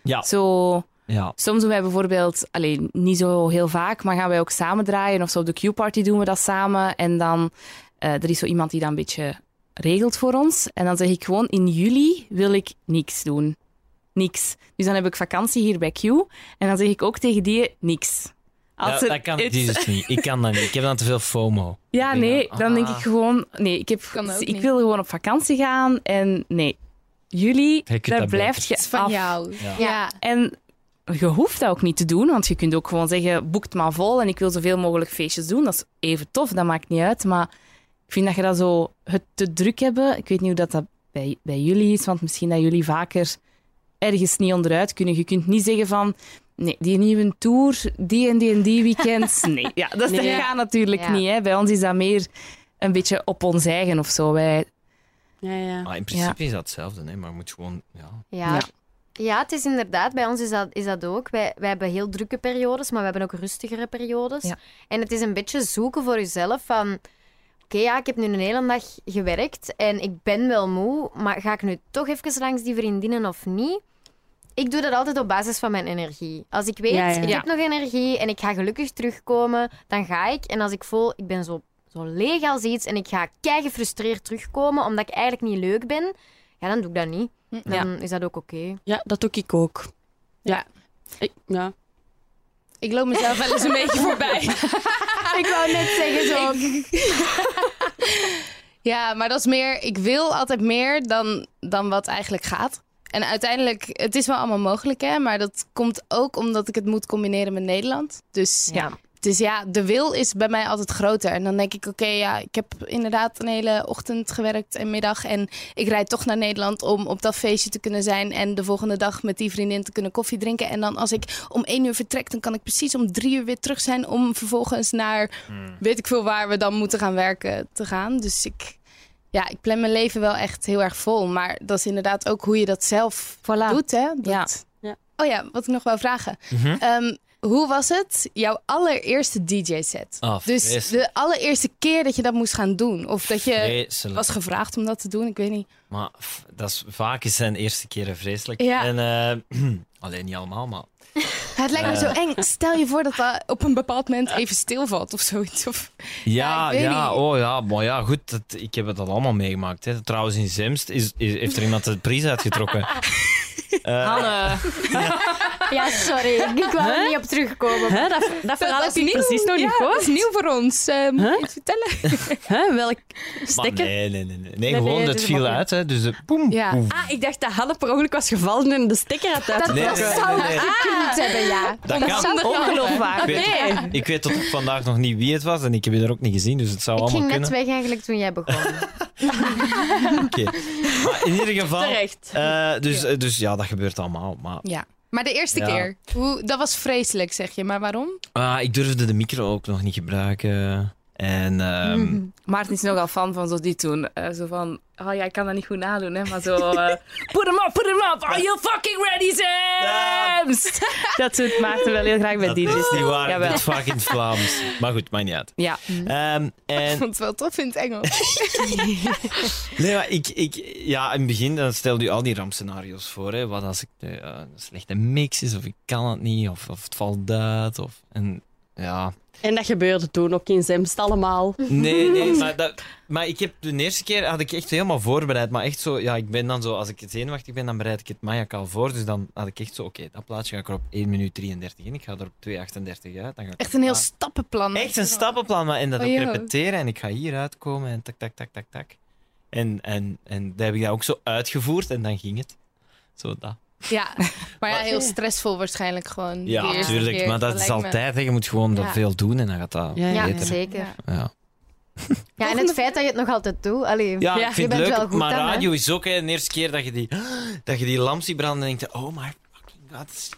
Ja, Zo, ja. soms doen wij bijvoorbeeld, alleen niet zo heel vaak, maar gaan wij ook samen draaien. Of zo op de Q-party doen we dat samen. En dan eh, er is zo iemand die dat een beetje regelt voor ons. En dan zeg ik gewoon, in juli wil ik niks doen. Niks. Dus dan heb ik vakantie hier bij Q. En dan zeg ik ook tegen die, niks. Ja, er dat kan ik iets- dus niet. Ik kan dat niet. Ik heb dan te veel FOMO. Ja, Ik denk nee, dan, dan denk ah. ik gewoon... Nee, ik, heb, Kan ook ik niet. wil gewoon op vakantie gaan en nee. Jullie, kunt daar dat blijft Het is je van af. jou. Ja. Ja. En je hoeft dat ook niet te doen, want je kunt ook gewoon zeggen, boek het maar vol en ik wil zoveel mogelijk feestjes doen. Dat is even tof, dat maakt niet uit. Maar ik vind dat je dat zo het te druk hebben. Ik weet niet hoe dat, dat bij, bij jullie is, want misschien dat jullie vaker ergens niet onderuit kunnen. Je kunt niet zeggen van... Nee, die nieuwe tour, die en die en die weekend. Nee, ja, dat, Nee. dat gaat natuurlijk Ja. niet. Hè. Bij ons is dat meer een beetje op ons eigen of zo. Wij, Ja, ja. Maar in principe is dat hetzelfde, hè? maar je moet gewoon. Ja. ja. Ja. Ja, het is inderdaad, bij ons is dat, is dat ook. Wij, wij hebben heel drukke periodes, maar we hebben ook rustigere periodes. Ja. En het is een beetje zoeken voor jezelf van... Oké, ja, ik heb nu een hele dag gewerkt en ik ben wel moe, maar ga ik nu toch even langs die vriendinnen of niet? Ik doe dat altijd op basis van mijn energie. Als ik weet, Ja, ja. ik Ja. heb nog energie en ik ga gelukkig terugkomen, dan ga ik. En als ik voel, ik ben zo, zo leeg als iets en ik ga kei gefrustreerd terugkomen omdat ik eigenlijk niet leuk ben, ja, dan doe ik dat niet. Dan is dat ook oké. ja, dat doe ik ook. Ja. Ik, ja. Ik loop mezelf wel eens een beetje voorbij. Ik wou net zeggen zo. Ja, maar dat is meer. Ik wil altijd meer dan, dan wat eigenlijk gaat. En uiteindelijk, het is wel allemaal mogelijk, hè? Maar dat komt ook omdat ik het moet combineren met Nederland. Dus ja. dus ja, de wil is bij mij altijd groter. En dan denk ik, oké, ja, ik heb inderdaad een hele ochtend gewerkt en middag. En ik rijd toch naar Nederland om op dat feestje te kunnen zijn. En de volgende dag met die vriendin te kunnen koffie drinken. En dan als ik om één uur vertrek, dan kan ik precies om drie uur weer terug zijn. Om vervolgens naar weet ik veel waar we dan moeten gaan werken te gaan. Dus ik, ja, ik plan mijn leven wel echt heel erg vol. Maar dat is inderdaad ook hoe je dat zelf Voilà. doet, hè? Dat- Ja. Ja. Oh ja, wat ik nog wou vragen. Mhm. Ehm, hoe was het, jouw allereerste DJ-set? Ah, dus vreselijk. de allereerste keer dat je dat moest gaan doen. Of dat je Vreselijk. was gevraagd om dat te doen, ik weet niet. Maar f- dat is, vaak is zijn eerste keren vreselijk. Ja. En, eh, alleen niet allemaal, maar. Het lijkt me zo eng. Stel je voor dat dat op een bepaald moment even stilvalt of zoiets. Of... Ja, Ja, ik weet ja, niet. oh ja, maar ja, goed, dat, ik heb dat allemaal meegemaakt. Hè. Trouwens, in Zemst is, is- heeft er iemand de prijs uitgetrokken. Eh, Hanne. Ja, sorry. Ik wou er niet op terugkomen. Hè, dat, dat verhaal Nou, dat heb is ik nieuw. precies nog Ja, niet gehoord. dat is nieuw voor ons. Eh, moet Huh? je iets vertellen? Hè, welk maar stekker? nee, nee, nee, nee. Nee, gewoon, nee, het dat is viel makkelijk. uit, hè, dus de boem. Ja. boem. Ah, ik dacht dat Hanne per ongeluk was gevallen en de stekker had uitgetrokken. nee, nee, nee, nee. Ah, Gekund hebben, ja. Dat kan. Ik Ongeloofwaardig. weet, ik weet tot op vandaag nog niet wie het was en ik heb je er ook niet gezien, dus het zou Ik allemaal ging net kunnen. weg eigenlijk toen jij begon. Oké. Maar in ieder geval. Terecht. eh, dus, eh, dus ja, dat gebeurt allemaal. Maar Ja. Maar de eerste Ja. keer, hoe, dat was vreselijk, zeg je. Maar waarom? Ah, ik durfde de micro ook nog niet gebruiken. En En ehm, Maarten is nogal fan van zo dit doen. Eh, zo van, oh ja, ik kan dat niet goed nadoen, hè, maar zo... eh, put him up, put him up! Are you fucking ready, Sams? Dat doet Maarten wel heel graag bij dat is DJ's. niet waar, Jawel. dit is vaak in het Vlaams. Maar goed, maakt niet uit. Ja. Ehm, Ik en vond het wel tof in het Engels. Nee, maar ik, ik, ja, in het begin dan stelde je al die rampscenario's voor. Hè. Wat als ik eh, een slechte mix is, of ik kan het niet, of, of het valt uit. Of, en, ja. En dat gebeurde toen ook in Zemst allemaal. Nee, nee, maar, dat, maar ik heb, de eerste keer had ik echt helemaal voorbereid. Maar echt zo, ja, ik ben dan zo, als ik het zenuwachtig ben, dan bereid ik het maniacaal voor. Dus dan had ik echt zo, oké, dat plaatje ga ik er op 1 minuut 33 in. Ik ga er op 2,38 uit. Dan ga ik Echt een heel Ah, stappenplan. Echt een stappenplan, maar en dat Oh, ook joh. repeteren. En ik ga hier uitkomen en tak, tak, tak, tak, tak. En, en, en dat heb ik dat ook zo uitgevoerd en dan ging het. Zo dat. Ja, maar ja, heel stressvol waarschijnlijk gewoon. de Ja, eerste natuurlijk. keer. Maar dat is lijkt me. altijd. hè. Je moet gewoon Ja. dat veel doen en dan gaat dat Ja, Ja, beter. zeker. Ja. Ja, en het feit dat je het nog altijd doet. Allee, Ja, ik Ja, je vind het bent leuk. wel goed maar dan, hè. radio is ook hè, de eerste keer dat je die, dat je die lamp ziet branden en denkt: oh my fucking god, het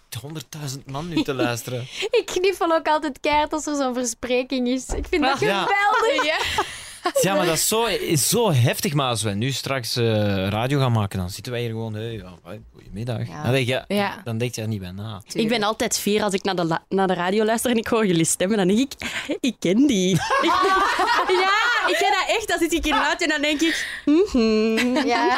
is 100.000 man nu te luisteren. Ik kniffel ook altijd keihard als er zo'n verspreking is. Ik vind dat Ah, Ja. geweldig. Ja. ja, maar dat is zo, is zo heftig. Maar als we nu straks eh, radio gaan maken, dan zitten wij hier gewoon: hey, ja, hoi, goedemiddag. Ja. Dan, denk je, Ja. dan denk je er niet bij na. Ik ben altijd fier als ik naar de, la- naar de radio luister en ik hoor jullie stemmen. Dan denk ik, ik ken die. Ik- ja, ik ken dat echt. Dan zit ik in uit en dan denk ik, mhm. Ja.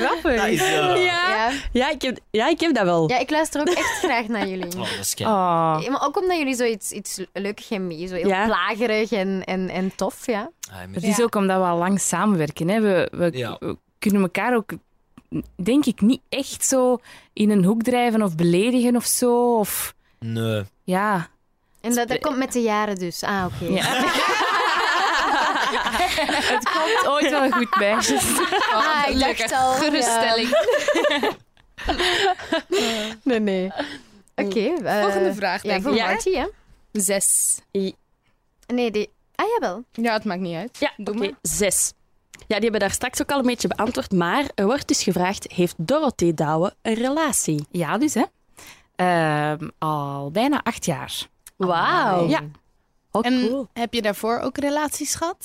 Grappig. Dat is, eh, ja. Ja. Ja, ik heb, ja, ik heb dat wel. ja, ik luister ook echt graag naar jullie. oh, dat is kei- Oh. Ja, maar ook omdat jullie zoiets iets leuk chemie, zo heel Ja. plagerig en, en, en tof, ja. Ah, Het maar- is Ja. ook omdat we al lang samenwerken. Hè. We, we, Ja. we kunnen elkaar ook, denk ik, niet echt zo in een hoek drijven of beledigen of zo. Of, Nee. ja. En dat, dat komt met de jaren dus. Ah, oké. ja. het komt ooit wel goed, meisjes. Ah, ik Gelukkig. dacht al. ja. Geruststelling. Nee, nee. Oké. eh, Volgende vraag, Ja, denk voor ik. Ja. Marty, hè. Zes. Nee, die... Ah, jawel. Ja, het maakt niet uit. Ja, Doe oké, maar. zes. Ja, die hebben daar straks ook al een beetje beantwoord. Maar er wordt dus gevraagd, heeft Dorothee Douwe een relatie? Ja, dus hè. Ehm, al bijna acht jaar. Wauw. Ja. Oh, En cool. heb je daarvoor ook relaties gehad?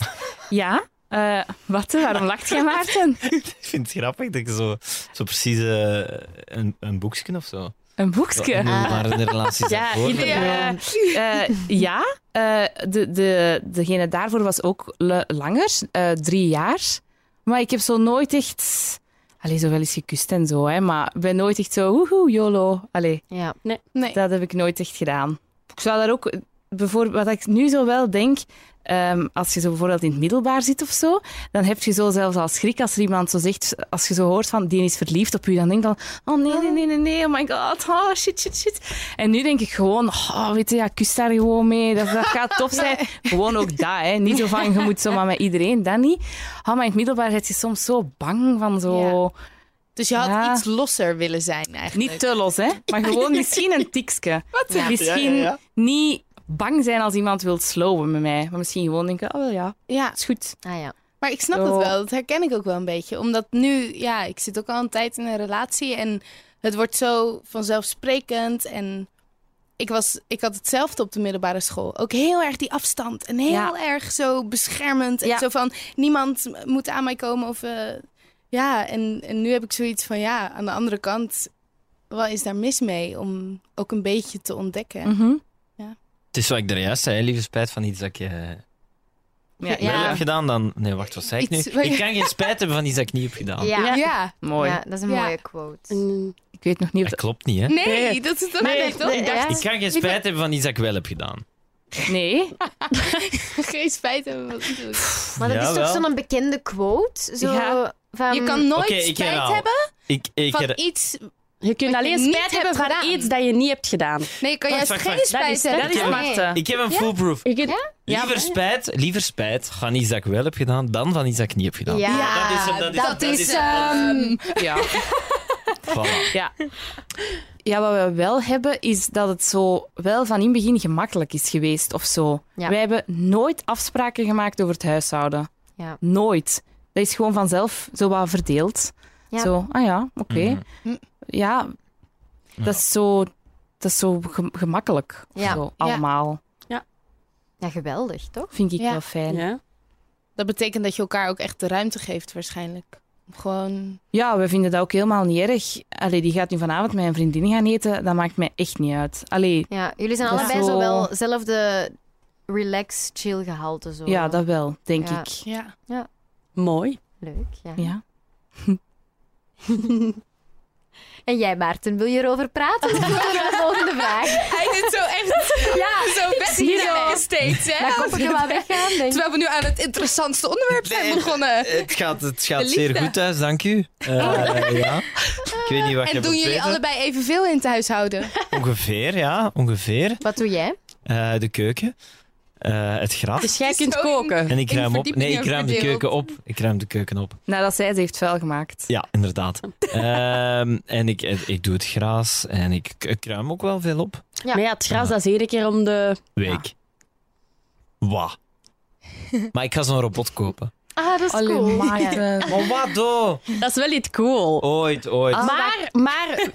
Ja. eh, wat? hè? Waarom lacht jij, Maarten? Ik vind het grappig dat je zo, zo precies eh, een, een boekje of zo. Een Ja, boekje. nu waren de relaties Ja, daarvoor. ieder- Ja. Eh, eh, ja, eh, de, de, degene daarvoor was ook le- langer, eh, drie jaar. Maar ik heb zo nooit echt... Allee, zo wel eens gekust en zo, hè, maar ik ben nooit echt zo... Woehoe, YOLO. Allee, Ja. Nee. dat heb ik nooit echt gedaan. Ik zou daar ook... Bijvoorbeeld, wat ik nu zo wel denk... ehm, als je zo bijvoorbeeld in het middelbaar zit of zo, dan heb je zo zelfs al schrik als er iemand zo zegt, als je zo hoort van die is verliefd op je, dan denk je van, oh nee, nee, nee, nee, nee, oh my god, oh shit, shit, shit. En nu denk ik gewoon, oh, weet je, ja, kus daar gewoon mee. Dat, dat gaat tof zijn. Gewoon ook dat, hè. Niet zo van, je moet zomaar met iedereen, dat niet. Oh, maar in het middelbaar ben je soms zo bang van zo... Dus je had Ja. iets losser willen zijn eigenlijk. Niet te los, hè. Maar gewoon misschien een tikske. Misschien Ja, ja, ja. niet bang zijn als iemand wil slowen met mij. Maar misschien gewoon denken, oh wel ja, Ja, is goed. Ah, ja. maar ik snap Zo. het wel. Dat herken ik ook wel een beetje. Omdat nu, ja, ik zit ook al een tijd in een relatie en het wordt zo vanzelfsprekend. En ik, was, ik had hetzelfde op de middelbare school. Ook heel erg die afstand en heel Ja. erg zo beschermend. En Ja. zo van, niemand moet aan mij komen of... eh, ja, en, en nu heb ik zoiets van, ja, aan de andere kant... Wat is daar mis mee om ook een beetje te ontdekken? Mhm. Het is wat ik daar juist zei, hè, lieve spijt van iets dat ik eh, Ja, wel Ja. heb gedaan dan... Nee, wacht, wat zei ik nu? Iets wat je- Ik kan geen spijt hebben van iets dat ik niet heb gedaan. Ja. Ja. Ja. ja. Mooi. dat is een Ja. mooie quote. Mm. Ik weet nog niet of Dat dat... klopt niet, hè? Nee, dat is toch Nee, nee, toch? nee, ja. Ik kan geen spijt hebben van iets dat ik wel heb gedaan. Nee. Geen spijt hebben. Wat ik doe. Maar dat is toch Jawel. zo'n bekende quote? Zo Ja. van... je kan nooit Oké, ik spijt herhaal. hebben Ik, ik van her- iets. Je kunt je alleen niet spijt hebt hebben van gedaan. iets dat je niet hebt gedaan. Nee, je kan Wacht, juist wacht, geen wacht. spijt Dat is- hebben. Dat is Ja. Marten. ik heb een foolproof. Je kunt- Liever spijt, liever spijt van iets dat ik wel heb gedaan dan van iets dat ik niet heb gedaan. Ja, Ja, dat is hem, dat is hem, dat eh, dat is ehm, is hem. Ja. Voilà. Ja. Ja, wat we wel hebben, is dat het zo wel van in het begin gemakkelijk is geweest of zo. Ja. Wij hebben nooit afspraken gemaakt over het huishouden. Ja. Nooit. Dat is gewoon vanzelf zo wat verdeeld. Ja. Zo, ah ja, oké. Mhm. Ja, dat is zo, dat is zo ge- gemakkelijk. of Ja. Zo, allemaal. Ja, geweldig, toch? Vind ik Ja. wel fijn. Ja, Ja. Dat betekent dat je elkaar ook echt de ruimte geeft waarschijnlijk. Om Gewoon... we vinden dat ook helemaal niet erg. Allee, die gaat nu vanavond met een vriendin gaan eten. Dat maakt mij echt niet uit. Allee, Ja, jullie zijn Dat is allebei zo- zo wel zelfde relax, chill gehalte. Zo. ja, dat wel, denk Ja. ik. Ja. Mooi. Leuk, ja. Ja. En jij, Maarten, wil je erover praten? Of moeten we naar de volgende vraag? Hij doet zo echt Ja, zo best zie zo. hiermee steeds, hè? naar Koppige waar weggaan, denk ik. Terwijl we nu aan het interessantste onderwerp zijn Nee. begonnen. Het gaat, het gaat De zeer liefde. Oh. goed thuis, dank u. Eh, ja. Ik weet niet wat je En hebt doen jullie opgegeten. allebei evenveel in het huishouden? Ongeveer, ja, ongeveer. Wat doe jij? Eh, de keuken, Eh, het graf. Dus jij Is kunt zo in- koken. En ik in ruim op. verdiepingen Nee, ik ruim de verdeeld. keuken op. Ik ruim de keuken op. Nadat zij het heeft vuil gemaakt. Ja, inderdaad. Ehm, en ik, eh, ik doe het gras en ik, ik ruim ook wel veel op. Ja. Maar ja, het gras, dat is iedere keer om de... Week. Wa. Maar ik ga zo'n robot kopen. Ah, dat is Allee, cool. Maarten. Maar wat doe? Dat is wel iets cool. Ooit, ooit. Ah. Maar, maar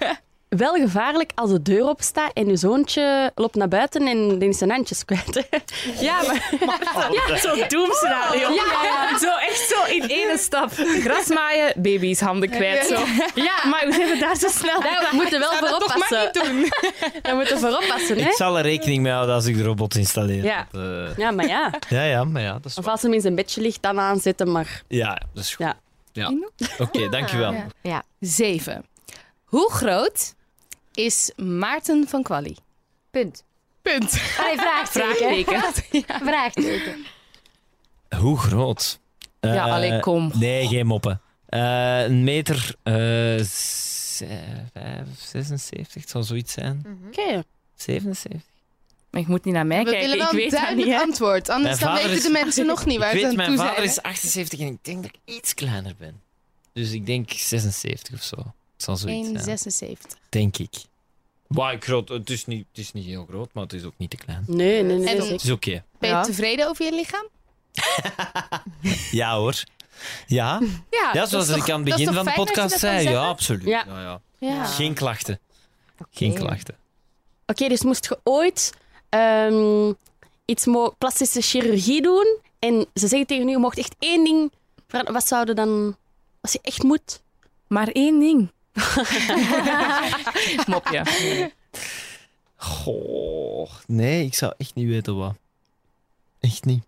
wel gevaarlijk als de deur open staat en je zoontje loopt naar buiten en die is zijn handjes kwijt. hè. Ja, maar... Ja, zo'n doemscenario. Ja, ja. Zo echt zo in één stap. Grasmaaien, baby's handen kwijt. Zo. Ja, maar hoe zijn we daar zo snel Daar moeten we wel voor oppassen. Daar moeten we voor oppassen, Ik hè. zal er rekening mee houden als ik de robot installeer. Ja. Dat, eh, Ja, maar ja. ja, ja, maar ja, dat is Of waar. als hem in zijn bedje ligt, dan aanzetten, maar... Ja, dat is goed. Ja. Ja. Oké, dankjewel. Ja. Ja. 7. Hoe groot is Maarten van Quali? Punt. Punt. Allee, vraagteken. Vraagteken. Hoe groot? Ja, Eh, allee, kom. Nee, geen moppen. Eh, een meter eh, z- eh, vijf, 76, het zal zoiets zijn. Hm. Oké. 77. Maar je moet niet naar mij We kijken, willen wel ik een weet dat niet. duidelijk hè. antwoord. Anders Mijn dan vader weten is- de mensen nog niet waar ik het weet, aan mijn toe vader zijn. is 78 en ik denk dat ik iets kleiner ben. Dus ik denk 76 of zo. Het zal zoiets zijn, 1,76. denk ik. Maar ik groot, het, is niet, het is niet heel groot, maar het is ook niet te klein. Nee, nee, nee. En- zeker. Het is oké. Ben je Ja. tevreden over je lichaam? Ja hoor. Ja, ja dat zoals is ik toch- aan het dat begin is toch van de fijn dat je podcast dat kan zei. zeggen? Ja, absoluut. Ja. Ja, ja. Ja. Geen klachten. Geen klachten. Oké, dus moest je ooit ehm, iets mo plastische chirurgie doen en ze zeggen tegen u, je mocht echt één ding veranderen. Wat zouden dan, als je echt moet? Maar één ding. Mopje. Goh, nee, ik zou echt niet weten wat. Echt niet.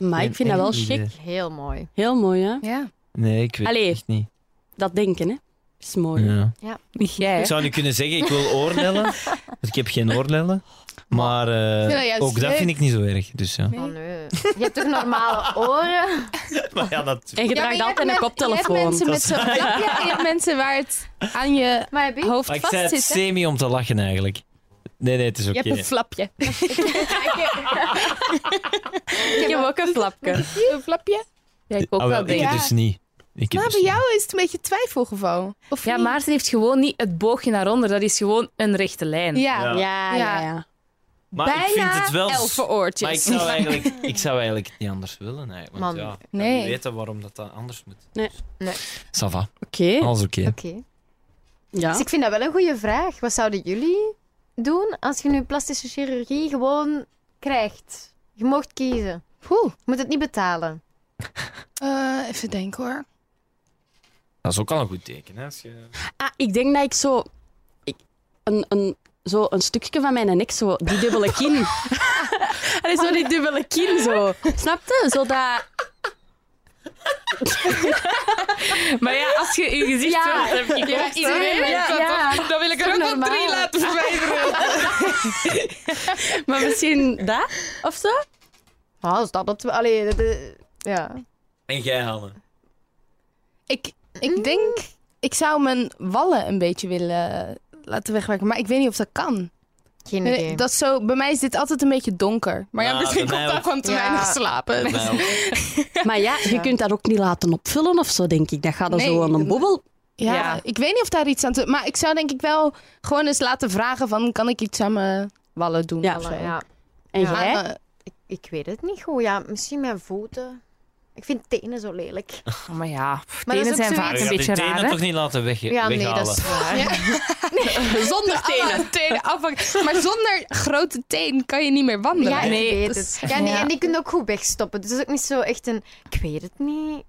Maar ik ben vind dat wel echt niet chic. de- Heel mooi. Heel mooi, hè? Ja. Nee, ik weet het Allee. echt niet. Dat denken, hè? Is mooi. Ja. Niet jij, Ik hè? zou nu kunnen zeggen, ik wil oorlellen. Want ik heb geen oorlellen. Maar eh, vind dat juist ook dat leuk. vind ik niet zo erg. Dus ja. Oh, nee. Je hebt toch normale oren? Maar ja, dat... En je Ja, maar draagt altijd je hebt een men- Je hebt koptelefoon. mensen met zo'n lapje en je hebt mensen waar het aan je Maar heb je? hoofd Maar ik vast zei het zit. hè? semi om te lachen eigenlijk. Nee, nee, het is Je oké. hebt een flapje. Ik heb ook een flapje. Dus- Een flapje? Ja, ik Ah, ook wel, wel, ik denk dingen. heb Ja. dus niet. Ik heb Maar dus bij jou is het een beetje twijfelgeval. Of Ja, niet? Maarten heeft gewoon niet het boogje naar onder. Dat is gewoon een rechte lijn. Ja. Ja. Ja, ja, Ja. ja. niet. Maar bijna ik vind het wel... elfenoortjes. Maar ik zou, eigenlijk, ik zou eigenlijk het niet anders willen. Eigenlijk. Want Man. ja, Nee. nee. we weten waarom dat dan anders moet. Dus Nee. Nee. Ça va, Oké. alles oké. Oké. Dus Ja. ik vind dat wel een goede vraag. Wat zouden jullie doen als je nu plastische chirurgie gewoon krijgt? Je mocht kiezen. Je moet het niet betalen. Eh, even denken hoor. Dat is ook al een goed teken. Hè? Als je... Ah, ik denk dat ik zo... Ik, een, een, zo een stukje van mijn nek, zo die dubbele kin. Allee, zo die dubbele kin, zo. Snap je? Zo dat... Maar ja, als je je gezicht Ja. zo hebt, ik Ja, ook zo. iedereen ja, weet dat, ja. toch? Dan wil ik Zo er ook wel normaal. drie laten verwijderen. Maar misschien dat, of zo? Ah, als dat het... Allee, dat, eh, ja. En jij, Hanne? ik, ik denk, ik zou mijn wallen een beetje willen laten wegwerken. Maar ik weet niet of dat kan. Geen Nee, idee. dat is zo, bij mij is dit altijd een beetje donker. Maar ja, Nou, misschien bij komt mij dat ook. gewoon te Ja. weinig slapen. Maar ja, je kunt dat ook niet laten opvullen of zo, denk ik. Dat gaat dan Nee, zo aan een dat- bobbel. Ja, Ja. ik weet niet of daar iets aan te... Maar ik zou denk ik wel gewoon eens laten vragen van... Kan ik iets aan mijn wallen doen Ja. of zo? Allee, ja. En Ja. jij? Ah, eh, Ik, ik weet het niet goed. Ja, misschien mijn voeten. Ik vind tenen zo lelijk. Oh, Maar ja, pff, Maar dat tenen is ook zijn vaak zoiets- je gaat een beetje die tenen raar. hè? toch niet laten weg, Ja, nee, weghalen? dat is waar. Zonder tenen. Alle tenen afhakken. Maar zonder grote teen kan je niet meer wandelen. Ja, Nee, ik weet dat het. is- Ja, nee, Ja. En die kunnen ook goed wegstoppen. Dus dat is ook niet zo echt een... Ik weet het niet.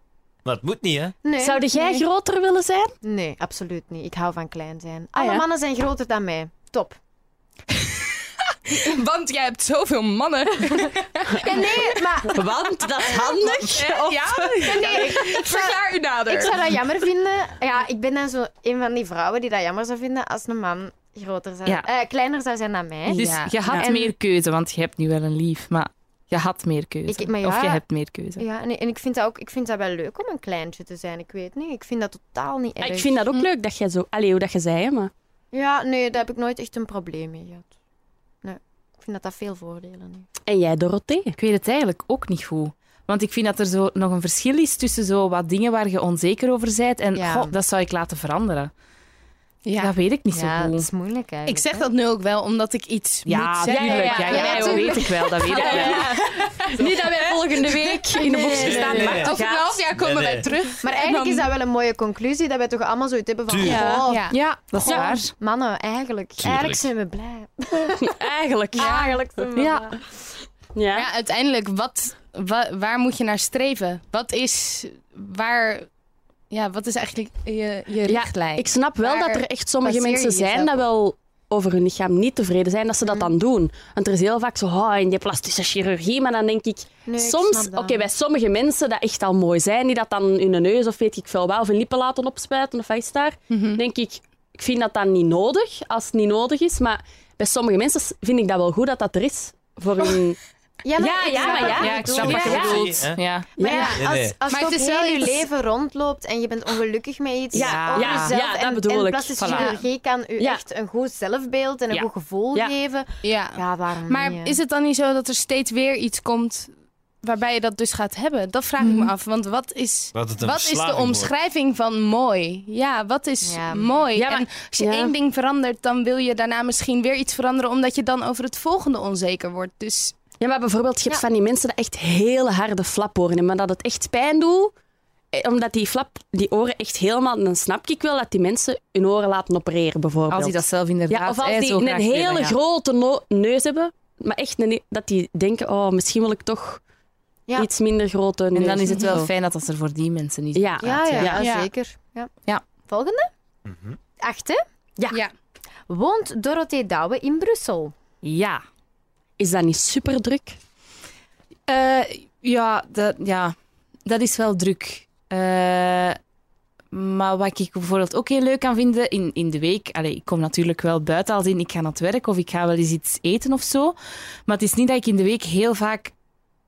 Maar het moet niet, hè? Nee, Zou jij nee. groter willen zijn? Nee, absoluut niet. Ik hou van klein zijn. Alle ja? mannen zijn groter dan mij. Top. Want jij hebt zoveel mannen. Ja, nee, Ah. maar Want dat is handig. Ja? nee, ik, zou, Verklaar u nader. ik zou dat jammer vinden. Ja, ik ben dan zo een van die vrouwen die dat jammer zou vinden als een man groter zou, Ja. eh, kleiner zou zijn dan mij. Dus Ja, je had ja. meer keuze, want je hebt nu wel een lief, maar je had meer keuze. Ik- maar Of je ja. hebt meer keuze. Ja, nee, en ik vind, dat ook, ik vind dat wel leuk om een kleintje te zijn. Ik weet niet. Ik vind dat totaal niet erg. Ah, Ik vind dat ook Hm. leuk dat jij zo... Allee, hoe dat je zei, hè, maar... Ja, nee, daar heb ik nooit echt een probleem mee gehad. Nee, ik vind dat dat veel voordelen heeft. En jij, Dorothee. Ik weet het eigenlijk ook niet goed. Want ik vind dat er zo nog een verschil is tussen zo wat dingen waar je onzeker over bent en Ja. goh, dat zou ik laten veranderen. Ja. Dat weet ik niet ja, zo dat goed. is moeilijk eigenlijk. Ik zeg hè. dat nu ook wel omdat ik iets moet Ja, zeggen. tuurlijk. Ja, Ja, ja, ja, dat tuurlijk. weet ik wel. Dat weet ik wel. Niet dat wij volgende week in de box nee, staan. nee, maar- nee. Over een half jaar komen Nee, nee. wij terug. Maar eigenlijk is dat wel een mooie conclusie, dat wij toch allemaal zoiets hebben van... Tuurlijk. Oh, Ja. Ja, dat is Ja. waar. Mannen, eigenlijk. Eigenlijk zijn we blij. Eigenlijk. Eigenlijk zijn we Ja. blij. Ja. Ja, uiteindelijk, wat, wa- waar moet je naar streven? Wat is, waar, ja, wat is eigenlijk je, je richtlijn? Ik snap wel Waar dat er echt sommige baseer je mensen zijn jezelf dat wel over hun lichaam niet tevreden zijn dat ze dat Mhm. dan doen. Want er is heel vaak zo, oh, in die plastische chirurgie, maar dan denk ik, Nee, ik soms, snap oké, dat. bij sommige mensen dat echt al mooi zijn, die dat dan hun neus of weet ik veel wat, of hun lippen laten opspuiten of wat is daar, denk ik, ik vind dat dan niet nodig, als het niet nodig is, maar bij sommige mensen vind ik dat wel goed dat dat er is. Voor hun... Ja, maar Ja, ik ja, snap maar wat ja. je Ja, ik snap bedoelt. wat je Ja. bedoelt. Ja. Ja. Maar ja, Nee, nee. als, als Maar je het op is wel heel je iets- leven rondloopt en je bent ongelukkig met iets Ja, over ja, jezelf, ja, dat en, bedoel en ik. plastische Voilà. chirurgie kan u Ja. echt een goed zelfbeeld en een Ja. goed gevoel Ja. geven. ja. Ja, waarom Maar niet, hè? is het dan niet zo dat er steeds weer iets komt waarbij je dat dus gaat hebben? Dat vraag ik me af. Want wat is, Wat, het een wat is de verslaving wordt. omschrijving van mooi? Ja, wat is Ja. mooi? Ja, maar- en als je ja. één ding verandert, dan wil je daarna misschien weer iets veranderen, omdat je dan over het volgende onzeker wordt. Dus Ja, maar bijvoorbeeld, je hebt van die mensen dat echt hele harde flaporen hebben, maar dat het echt pijn doet, eh, omdat die flap, die oren echt helemaal... Dan snap ik wel dat die mensen hun oren laten opereren, bijvoorbeeld. Als hij dat zelf inderdaad Ja, of als hè, die zo een graag willen, hele ja. grote no- neus hebben, maar echt een, dat die denken, oh, misschien wil ik toch Ja. iets minder grote neus. En dan is het wel Zo. fijn dat dat er voor die mensen is. Ja. Ja, ja, Ja. Mhm. ja, zeker. Ja. Ja. Volgende? Acht, hè? ja. Woont Dorothee Douwe in Brussel? Ja. Is dat niet super druk? Eh, ja, dat, ja, dat is wel druk. Eh, maar wat ik bijvoorbeeld ook heel leuk kan vinden in, in de week. Allee, ik kom natuurlijk wel buiten als in ik ga naar het werk of ik ga wel eens iets eten of zo. Maar het is niet dat ik in de week heel vaak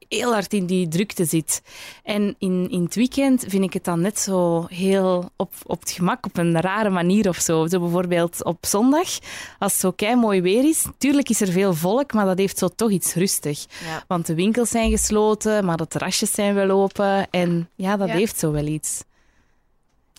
heel hard in die drukte zit. En in, in het weekend vind ik het dan net zo heel op, op het gemak, op een rare manier of zo. Zo bijvoorbeeld op zondag, als het zo kei mooi weer is. Tuurlijk is er veel volk, maar dat heeft zo toch iets rustig. Ja. Want de winkels zijn gesloten, maar de terrasjes zijn wel open. En ja, dat Ja. heeft zo wel iets.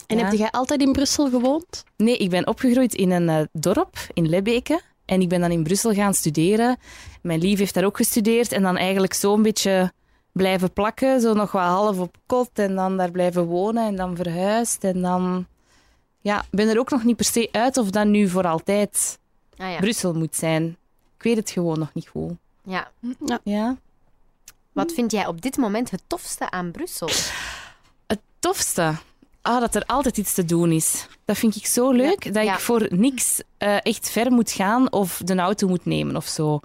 En Ja. heb jij altijd in Brussel gewoond? Nee, ik ben opgegroeid in een eh, dorp in Lebbeke. En ik ben dan in Brussel gaan studeren. Mijn lief heeft daar ook gestudeerd. En dan eigenlijk zo'n beetje blijven plakken. Zo nog wel half op kot. En dan daar blijven wonen. En dan verhuisd. En dan... Ja, ik ben er ook nog niet per se uit of dat nu voor altijd Ah, ja. Brussel moet zijn. Ik weet het gewoon nog niet goed. ja. Ja. Wat vind jij op dit moment het tofste aan Brussel? Het tofste. Ah, dat er altijd iets te doen is. Dat vind ik zo leuk, dat ja. ik voor niks eh, echt ver moet gaan of de auto moet nemen of zo.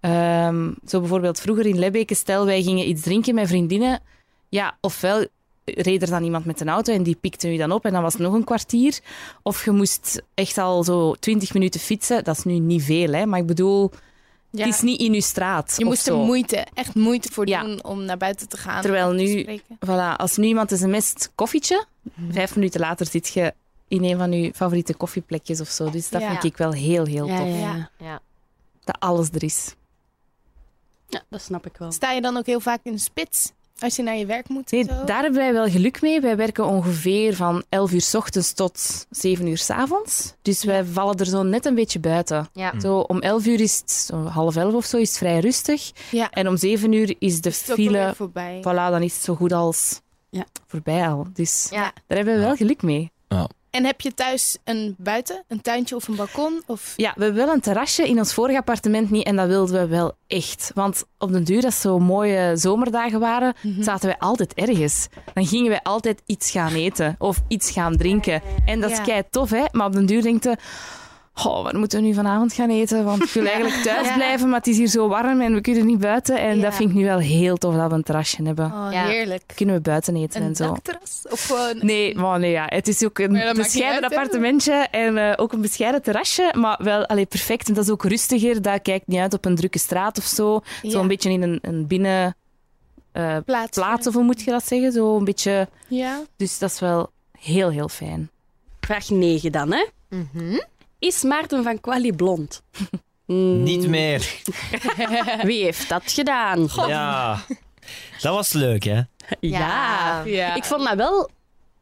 Ehm, zo bijvoorbeeld vroeger in Lebbeke, stel wij gingen iets drinken met vriendinnen. Ja, ofwel reed er dan iemand met een auto en die pikte u dan op en dan was het nog een kwartier. Of je moest echt al zo twintig minuten fietsen. Dat is nu niet veel, hè. Maar ik bedoel, Ja. het is niet in uw straat je of moest er zo. moeite, echt moeite voor Ja. doen om naar buiten te gaan. Terwijl nu- Te spreken. Voilà, als nu iemand is een mest koffietje, Mhm. vijf minuten later zit je in een van je favoriete koffieplekjes of zo. Dus dat Ja. vind ik wel heel, heel tof. ja. Ja. Dat alles er is. Ja, dat snap ik wel. Sta je dan ook heel vaak in de spits? Als je naar je werk moet en Nee, zo? daar hebben wij wel geluk mee. Wij werken ongeveer van 11 uur s ochtends tot 7 uur s avonds. Dus wij vallen er zo net een beetje buiten. Ja. Zo om 11 uur is het, zo half 11 of zo, is het vrij rustig. Ja. En om 7 uur is de is het ook alweer file. voorbij. Voilà, dan is het zo goed als Ja. voorbij al. Dus Ja. daar hebben we wel geluk mee. En heb je thuis een buiten, een tuintje of een balkon? Of... Ja, we hebben wel een terrasje in ons vorige appartement niet en dat wilden we wel echt. Want op den duur, dat zo'n mooie zomerdagen waren, Mhm. zaten wij altijd ergens. Dan gingen wij altijd iets gaan eten of iets gaan drinken. En dat is Ja. kei tof, hè? Maar op den duur denk je, oh, wat moeten we nu vanavond gaan eten? Want ik wil eigenlijk thuis Ja. blijven, maar het is hier zo warm en we kunnen niet buiten. En Ja. dat vind ik nu wel heel tof dat we een terrasje hebben. Oh, Ja. heerlijk. Kunnen we buiten eten Een en zo. dakterras? Of gewoon... Nee, maar nee, ja. het is ook een Maar dat maakt niet bescheiden uit, hè? appartementje en eh, ook een bescheiden terrasje, maar wel allee, perfect. En dat is ook rustiger, dat kijkt niet uit op een drukke straat of zo. Ja. Zo'n beetje in een, een binnenplaats, plaats. of hoe moet je dat zeggen? Zo een beetje, Ja. dus dat is wel heel, heel fijn. Vraag 9 dan, hè. Mhm. Is Maarten van Quali blond? Mm, Niet meer. Wie heeft dat gedaan? Ja. Dat was leuk, hè? Ja. ja. Ik Ik, vond dat wel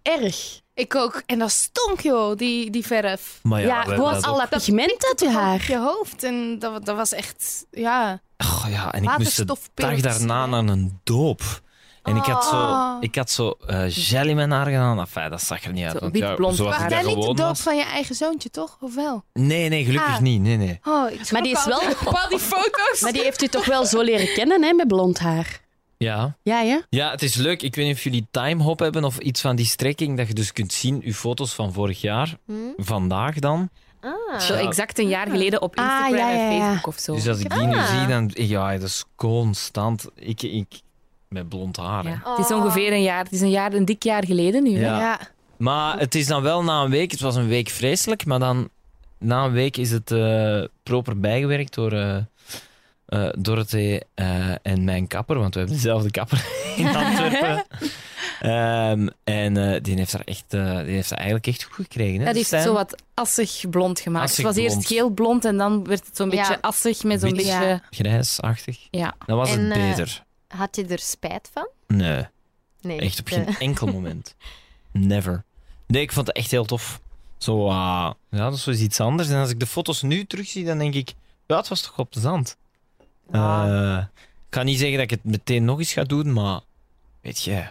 erg. ik ook. En dat stonk, joh, die, die verf. Maar ja, Ja, we- gewoon dat al ook- dat pigment uit je Op haar. je hoofd. En dat, dat was echt... Ja. Oh, ja, en ik moest de Waterstofpils. dag daarna naar een doop. En ik had zo, Oh. ik had zo eh, gel in mijn haar gedaan. Enfin, dat zag er niet uit. Zo want wit ja, blond. zoals Maar ik jij dat niet de gewoon dood was. van je eigen zoontje, toch? Of wel? Nee, nee, gelukkig Ah. niet. Nee, nee. Oh, ik Maar die is wel- Op al die foto's. Maar die heeft u toch wel zo leren kennen, hè, met blond haar? Ja. Ja, ja. ja, het is leuk. Ik weet niet of jullie time hop hebben of iets van die strekking. Dat je dus kunt zien, uw foto's van vorig jaar, Hm. vandaag dan. Ah. Zo Ja. exact een jaar geleden op Instagram ja, ja, en ja. Facebook of zo. Dus als ik die nu Ah. zie, dan... Ja, dat is constant. Ik, ik, met blond haar. hè. Ja. Het is ongeveer een jaar, het is een jaar, een dik jaar geleden nu. hè? Ja. Maar het is dan wel na een week, het was een week vreselijk, maar dan na een week is het eh, proper bijgewerkt door eh eh, Dorothee eh, en mijn kapper, want we hebben dezelfde kapper in Antwerpen. Ehm, en eh, die, heeft daar echt, eh, die heeft dat eigenlijk echt goed gekregen. Hè, Dat heeft Stijn? het zo wat assig blond gemaakt. Assig het was eerst blond. geel blond en dan werd het zo'n Ja. beetje assig met zo'n Wit. beetje... Ja. Grijsachtig. Ja. Dan was En, het eh, beter. Had je er spijt van? Nee, Nee. Eh, echt op de- geen enkel moment. Never. Nee, ik vond het echt heel tof. Zo, ah, ja, dat is wel eens iets anders. En als ik de foto's nu terugzie, dan denk ik, ja, het was toch op de zand. Ah. Eh, ik kan niet zeggen dat ik het meteen nog eens ga doen, maar weet je. het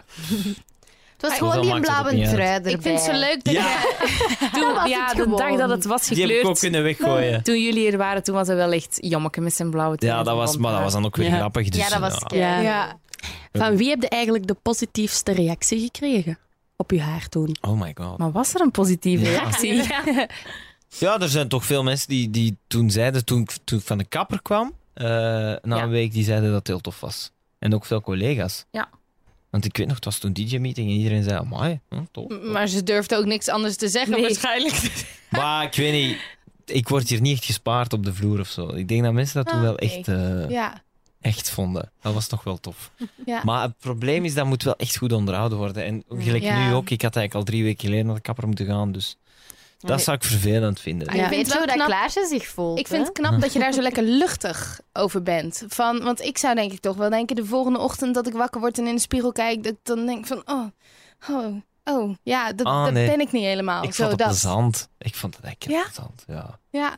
was Hoezo gewoon maakt die het ook blauwe niet uit? trui erbij. Ik vind het zo leuk dat Ja. je... Toen, was ja, het de dag gewoon. dat het was Die heb ik ook gekleurd. kunnen weggooien. Toen jullie er waren, toen was hij wel echt jommeke met zijn blauwe eh. Ja, dat was, maar dat was dan ook weer Ja. grappig. Dus, Ja, dat was kei- Ah, Ja. Ja. Van wie heb je eigenlijk de positiefste reactie gekregen op je haar toen? Oh my god. Maar was er een positieve Ja. reactie? Ja, er zijn toch veel mensen die, die toen zeiden, toen, ik- toen ik van de kapper kwam, eh, na Ja. een week, die zeiden dat het heel tof was. En ook veel collega's. Ja. Want ik weet nog, het was toen DJ-meeting en iedereen zei, amai, hm, tof. Maar ze durfde ook niks anders te zeggen, Nee. waarschijnlijk. Maar ik weet niet, ik word hier niet echt gespaard op de vloer of zo. Ik denk dat mensen dat toen Ah, wel oké. echt... eh, Ja. echt vonden. Dat was toch wel tof. Ja. Maar het probleem is, dat moet wel echt goed onderhouden worden. En gelijk Ja. nu ook, ik had eigenlijk al drie weken geleden naar de kapper moeten gaan, dus dat zou ik vervelend vinden. Ja. Ik vind weet het je wel hoe dat knap. Klaasje zich voelt. Ik vind het knap dat je daar zo lekker luchtig over bent. Van, want ik zou denk ik toch wel denken de volgende ochtend dat ik wakker word en in de spiegel kijk, dat ik dan denk van, oh, oh, oh. Ja, dat, Ah, dat nee. ben ik niet Oh, helemaal. Ik zo, vond het dat. plezant. Ik vond het echt Ja? plezant, ja. Ja.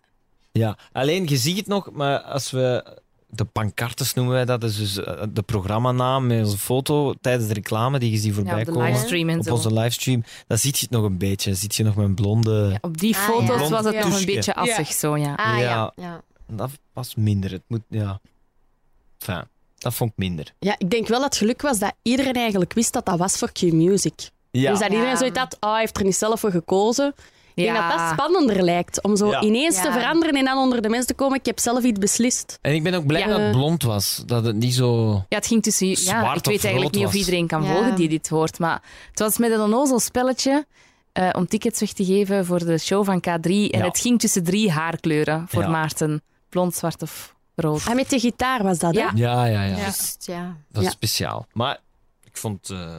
ja. Alleen, je ziet het nog, maar als we... De pancartes noemen wij dat, dat is dus eh, de programmanaam met onze foto tijdens de reclame die je ziet Ja, voorbij op de komen. livestream en Op zo. onze livestream, dan ziet je het nog een beetje. Dan ziet je nog mijn blonde... Ja, op die Ah, foto's ja. was het Ja. nog een Toesje. beetje assig, zo ja. Ah, Ja. ja. ja. Dat was minder. Het moet, ja. Enfin, dat vond ik minder. Ja, ik denk wel dat het geluk was dat iedereen eigenlijk wist dat dat was voor Q-Music. Ja. Dus dat iedereen Ja. zoiets had, oh, hij heeft er niet zelf voor gekozen. Ik denk dat dat spannender lijkt, om zo Ja. ineens Ja. te veranderen en dan onder de mensen te komen. Ik heb zelf iets beslist. En ik ben ook blij Ja. dat het blond was. Dat het niet zo... Ja, het ging tussen... Ja, Zwart ik of weet eigenlijk rood niet of was. iedereen kan Ja. volgen die dit hoort, maar het was met een onnozel spelletje eh, om tickets weg te geven voor de show van K3. En Ja. het ging tussen drie haarkleuren voor Ja. Maarten. Blond, zwart of rood. Ah, met de gitaar was dat, hè? Ja. Ja, ja, ja. Juist, ja. Dat is Ja. speciaal. Maar ik vond... eh,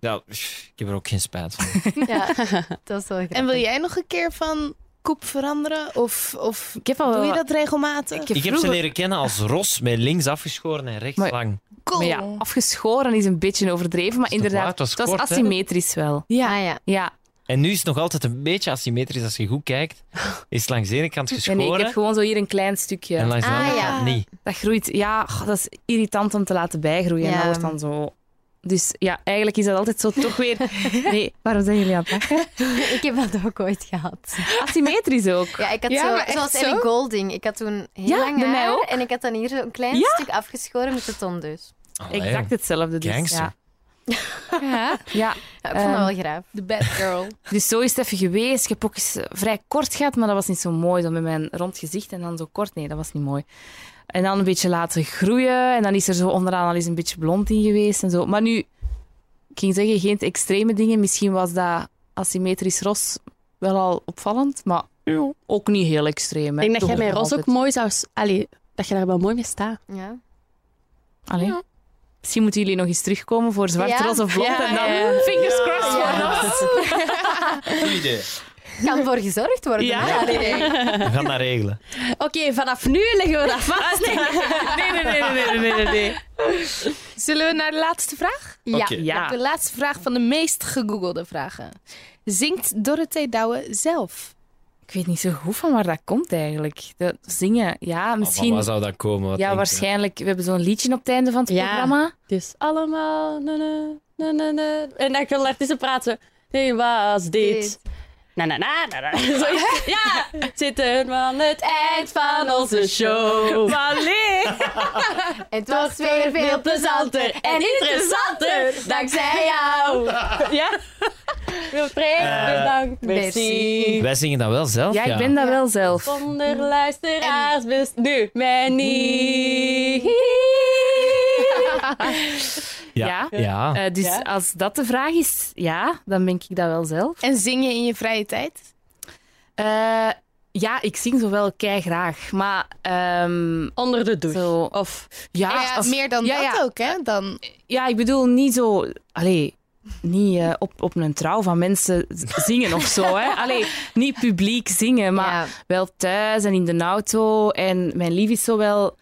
Ja, ik heb er ook geen spijt van. Ja, dat is wel grappig. En wil jij nog een keer van koep veranderen? Of, of Ik heb al doe wel je dat regelmatig? Oh. Ik heb Ik heb ze vroeger- leren kennen als Ros, met links afgeschoren en rechts Maar- lang. Cool. Maar ja, afgeschoren is een beetje overdreven, maar Is toch waar? inderdaad, Het was het was kort, hè? asymmetrisch wel. Ja. Ah, ja. Ja, En nu is het nog altijd een beetje asymmetrisch als je goed kijkt. Is het langs de ene kant nee, geschoren nee, ik heb gewoon zo hier een klein en stukje. langs de Ah, andere ja. kant niet. Dat groeit, ja, goh, dat is irritant om te laten bijgroeien. En Ja. dat wordt dan zo... Dus ja, eigenlijk is dat altijd zo toch weer... Nee, waarom zijn jullie aan het lachen? Ik heb dat ook ooit gehad. Asymmetrisch ook. Ja, ik had Ja, zo, maar echt zoals zo? Ellie Golding. Ik had toen heel Ja, lang bij mij haar ook. en ik had dan hier zo een klein stuk afgeschoren met de dus. tondeus. Allee, Exact hetzelfde. Dus, Gangster. ja. Ja. ja, Ja, ik vond Ehm, dat wel graaf. De bad girl. dus zo is het even geweest. Ik heb ook eens eh, vrij kort gehad, maar dat was niet zo mooi. Dan met mijn rond gezicht en dan zo kort. Nee, dat was niet mooi. En dan een beetje laten groeien. En dan is er zo onderaan al eens een beetje blond in geweest en zo. Maar nu, ik ging zeggen, geen extreme dingen. Misschien was dat asymmetrisch ros wel al opvallend, maar ook niet heel extreem. hè. Ik denk dat Toch jij bij nog Ros ook altijd. mooi zou... s- Allee, dat je daar wel mooi mee staat. Ja. Allee. Misschien moeten jullie nog eens terugkomen voor zwart, Ja. ros of blond. Ja, en dan, ja. fingers crossed voor Ja. ros. Kan voor gezorgd worden. Ja. hè? Allee. We gaan dat regelen. Oké, vanaf nu leggen we dat vast. Nee, nee, nee, nee, nee, nee, nee, nee. Zullen we naar de laatste vraag? Ja. Oké. Ja. De laatste vraag van de meest gegoogelde vragen. Zingt Dorothee Douwe zelf? Ik weet niet zo goed van waar dat komt eigenlijk. Dat zingen, ja, Maar misschien. waar zou dat komen? Wat denk ja, je? waarschijnlijk. We hebben zo'n liedje op het einde van het Ja. programma. Dus allemaal... Na, na, na, na, na. En dan kan de artiesten praten. Nee, was dit? Dit. Na, na, na, na, na. Zo, ja, zitten we aan het eind van onze show. En het was weer veel plezanter en interessanter dankzij jou. Ja? Wilfred, bedankt. Merci. Wij zingen dat wel zelf, Ja, ik ben dat wel zelf. Zonder luisteraars best nu mij niet. Ja. Ja. Ja. Eh, dus Ja. als dat de vraag is, ja, dan ben ik dat wel zelf. En zing je in je vrije tijd? Eh, ja, ik zing zowel kei graag, maar ehm, Onder de douche. zo. Of Ja, Ah ja, als- meer dan ja, dat ja. ook, hè? Dan... Ja, ik bedoel niet zo. Allee, niet eh, op, op een trouw van mensen z- zingen of zo. Hè. Allee, niet publiek zingen, maar Ja. wel thuis en in de auto. En mijn lief is zo wel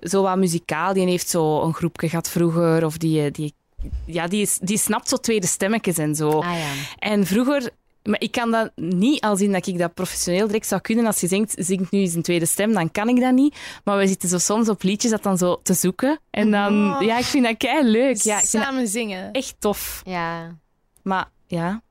zo wat muzikaal. Die heeft zo een groepje gehad vroeger. Of die, eh, die, ja, die, is- die snapt zo tweede stemmetjes en zo. Ah ja. En vroeger... Maar ik kan dat niet al zien dat ik dat professioneel direct zou kunnen. Als je zingt, zingt nu eens een tweede stem, dan kan ik dat niet. Maar we zitten zo soms op liedjes dat dan zo te zoeken. En dan... Ja, ik vind dat kei leuk. Ja, ik vind dat Samen zingen. echt tof. Ja. Maar ja...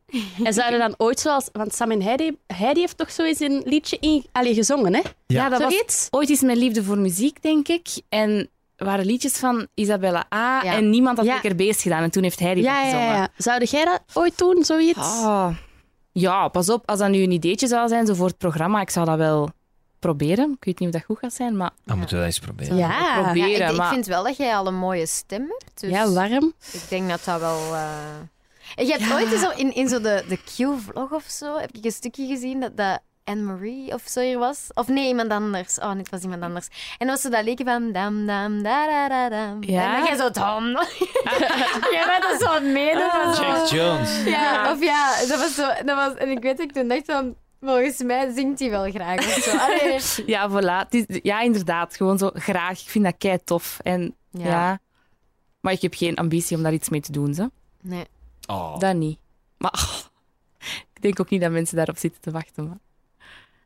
En zouden dan ooit zoals... Want Sam en Heidi, Heidi heeft toch zoiets een liedje in, allee, gezongen, hè? Ja. dat was Zoiets? ooit is mijn liefde voor muziek, denk ik. En waren liedjes van Isabella A. Ja. En niemand had Ja. lekker beest gedaan. En toen heeft hij die Ja, ja, gezongen. ja, ja. Zou jij dat ooit doen, zoiets? Ah. Ja, pas op. Als dat nu een ideetje zou zijn zo voor het programma, ik zou dat wel proberen. Ik weet niet of dat goed gaat zijn, maar Dan moeten we dat eens proberen. ja. proberen. Ja, ik, ik maar- vind wel dat jij al een mooie stem hebt. Dus Ja, warm. ik denk dat dat wel... eh, En je hebt ooit eens zo in, in zo de, de Q-vlog of zo, heb ik een stukje gezien dat, dat Anne-Marie of zo hier was. Of nee, iemand anders. Oh, nee, het was iemand anders. En dan was ze dat liedje van dam, dam, da, da, da, dam. Ja. En dan jij zo dam. jij bent dat zo aan het meedoen. dat zo- Jack Jones. Ja, of ja, dat was zo... Dat was, en ik weet dat ik toen dacht van... Volgens mij zingt hij wel graag of zo. Allee. Ja, voilà. Het is- ja, inderdaad. Gewoon zo graag. Ik vind dat kei tof. En ja. Maar ik heb geen ambitie om daar iets mee te doen. Zo. Nee. Oh. Dat niet. Maar ik denk ook niet dat mensen daarop zitten te wachten. Maar.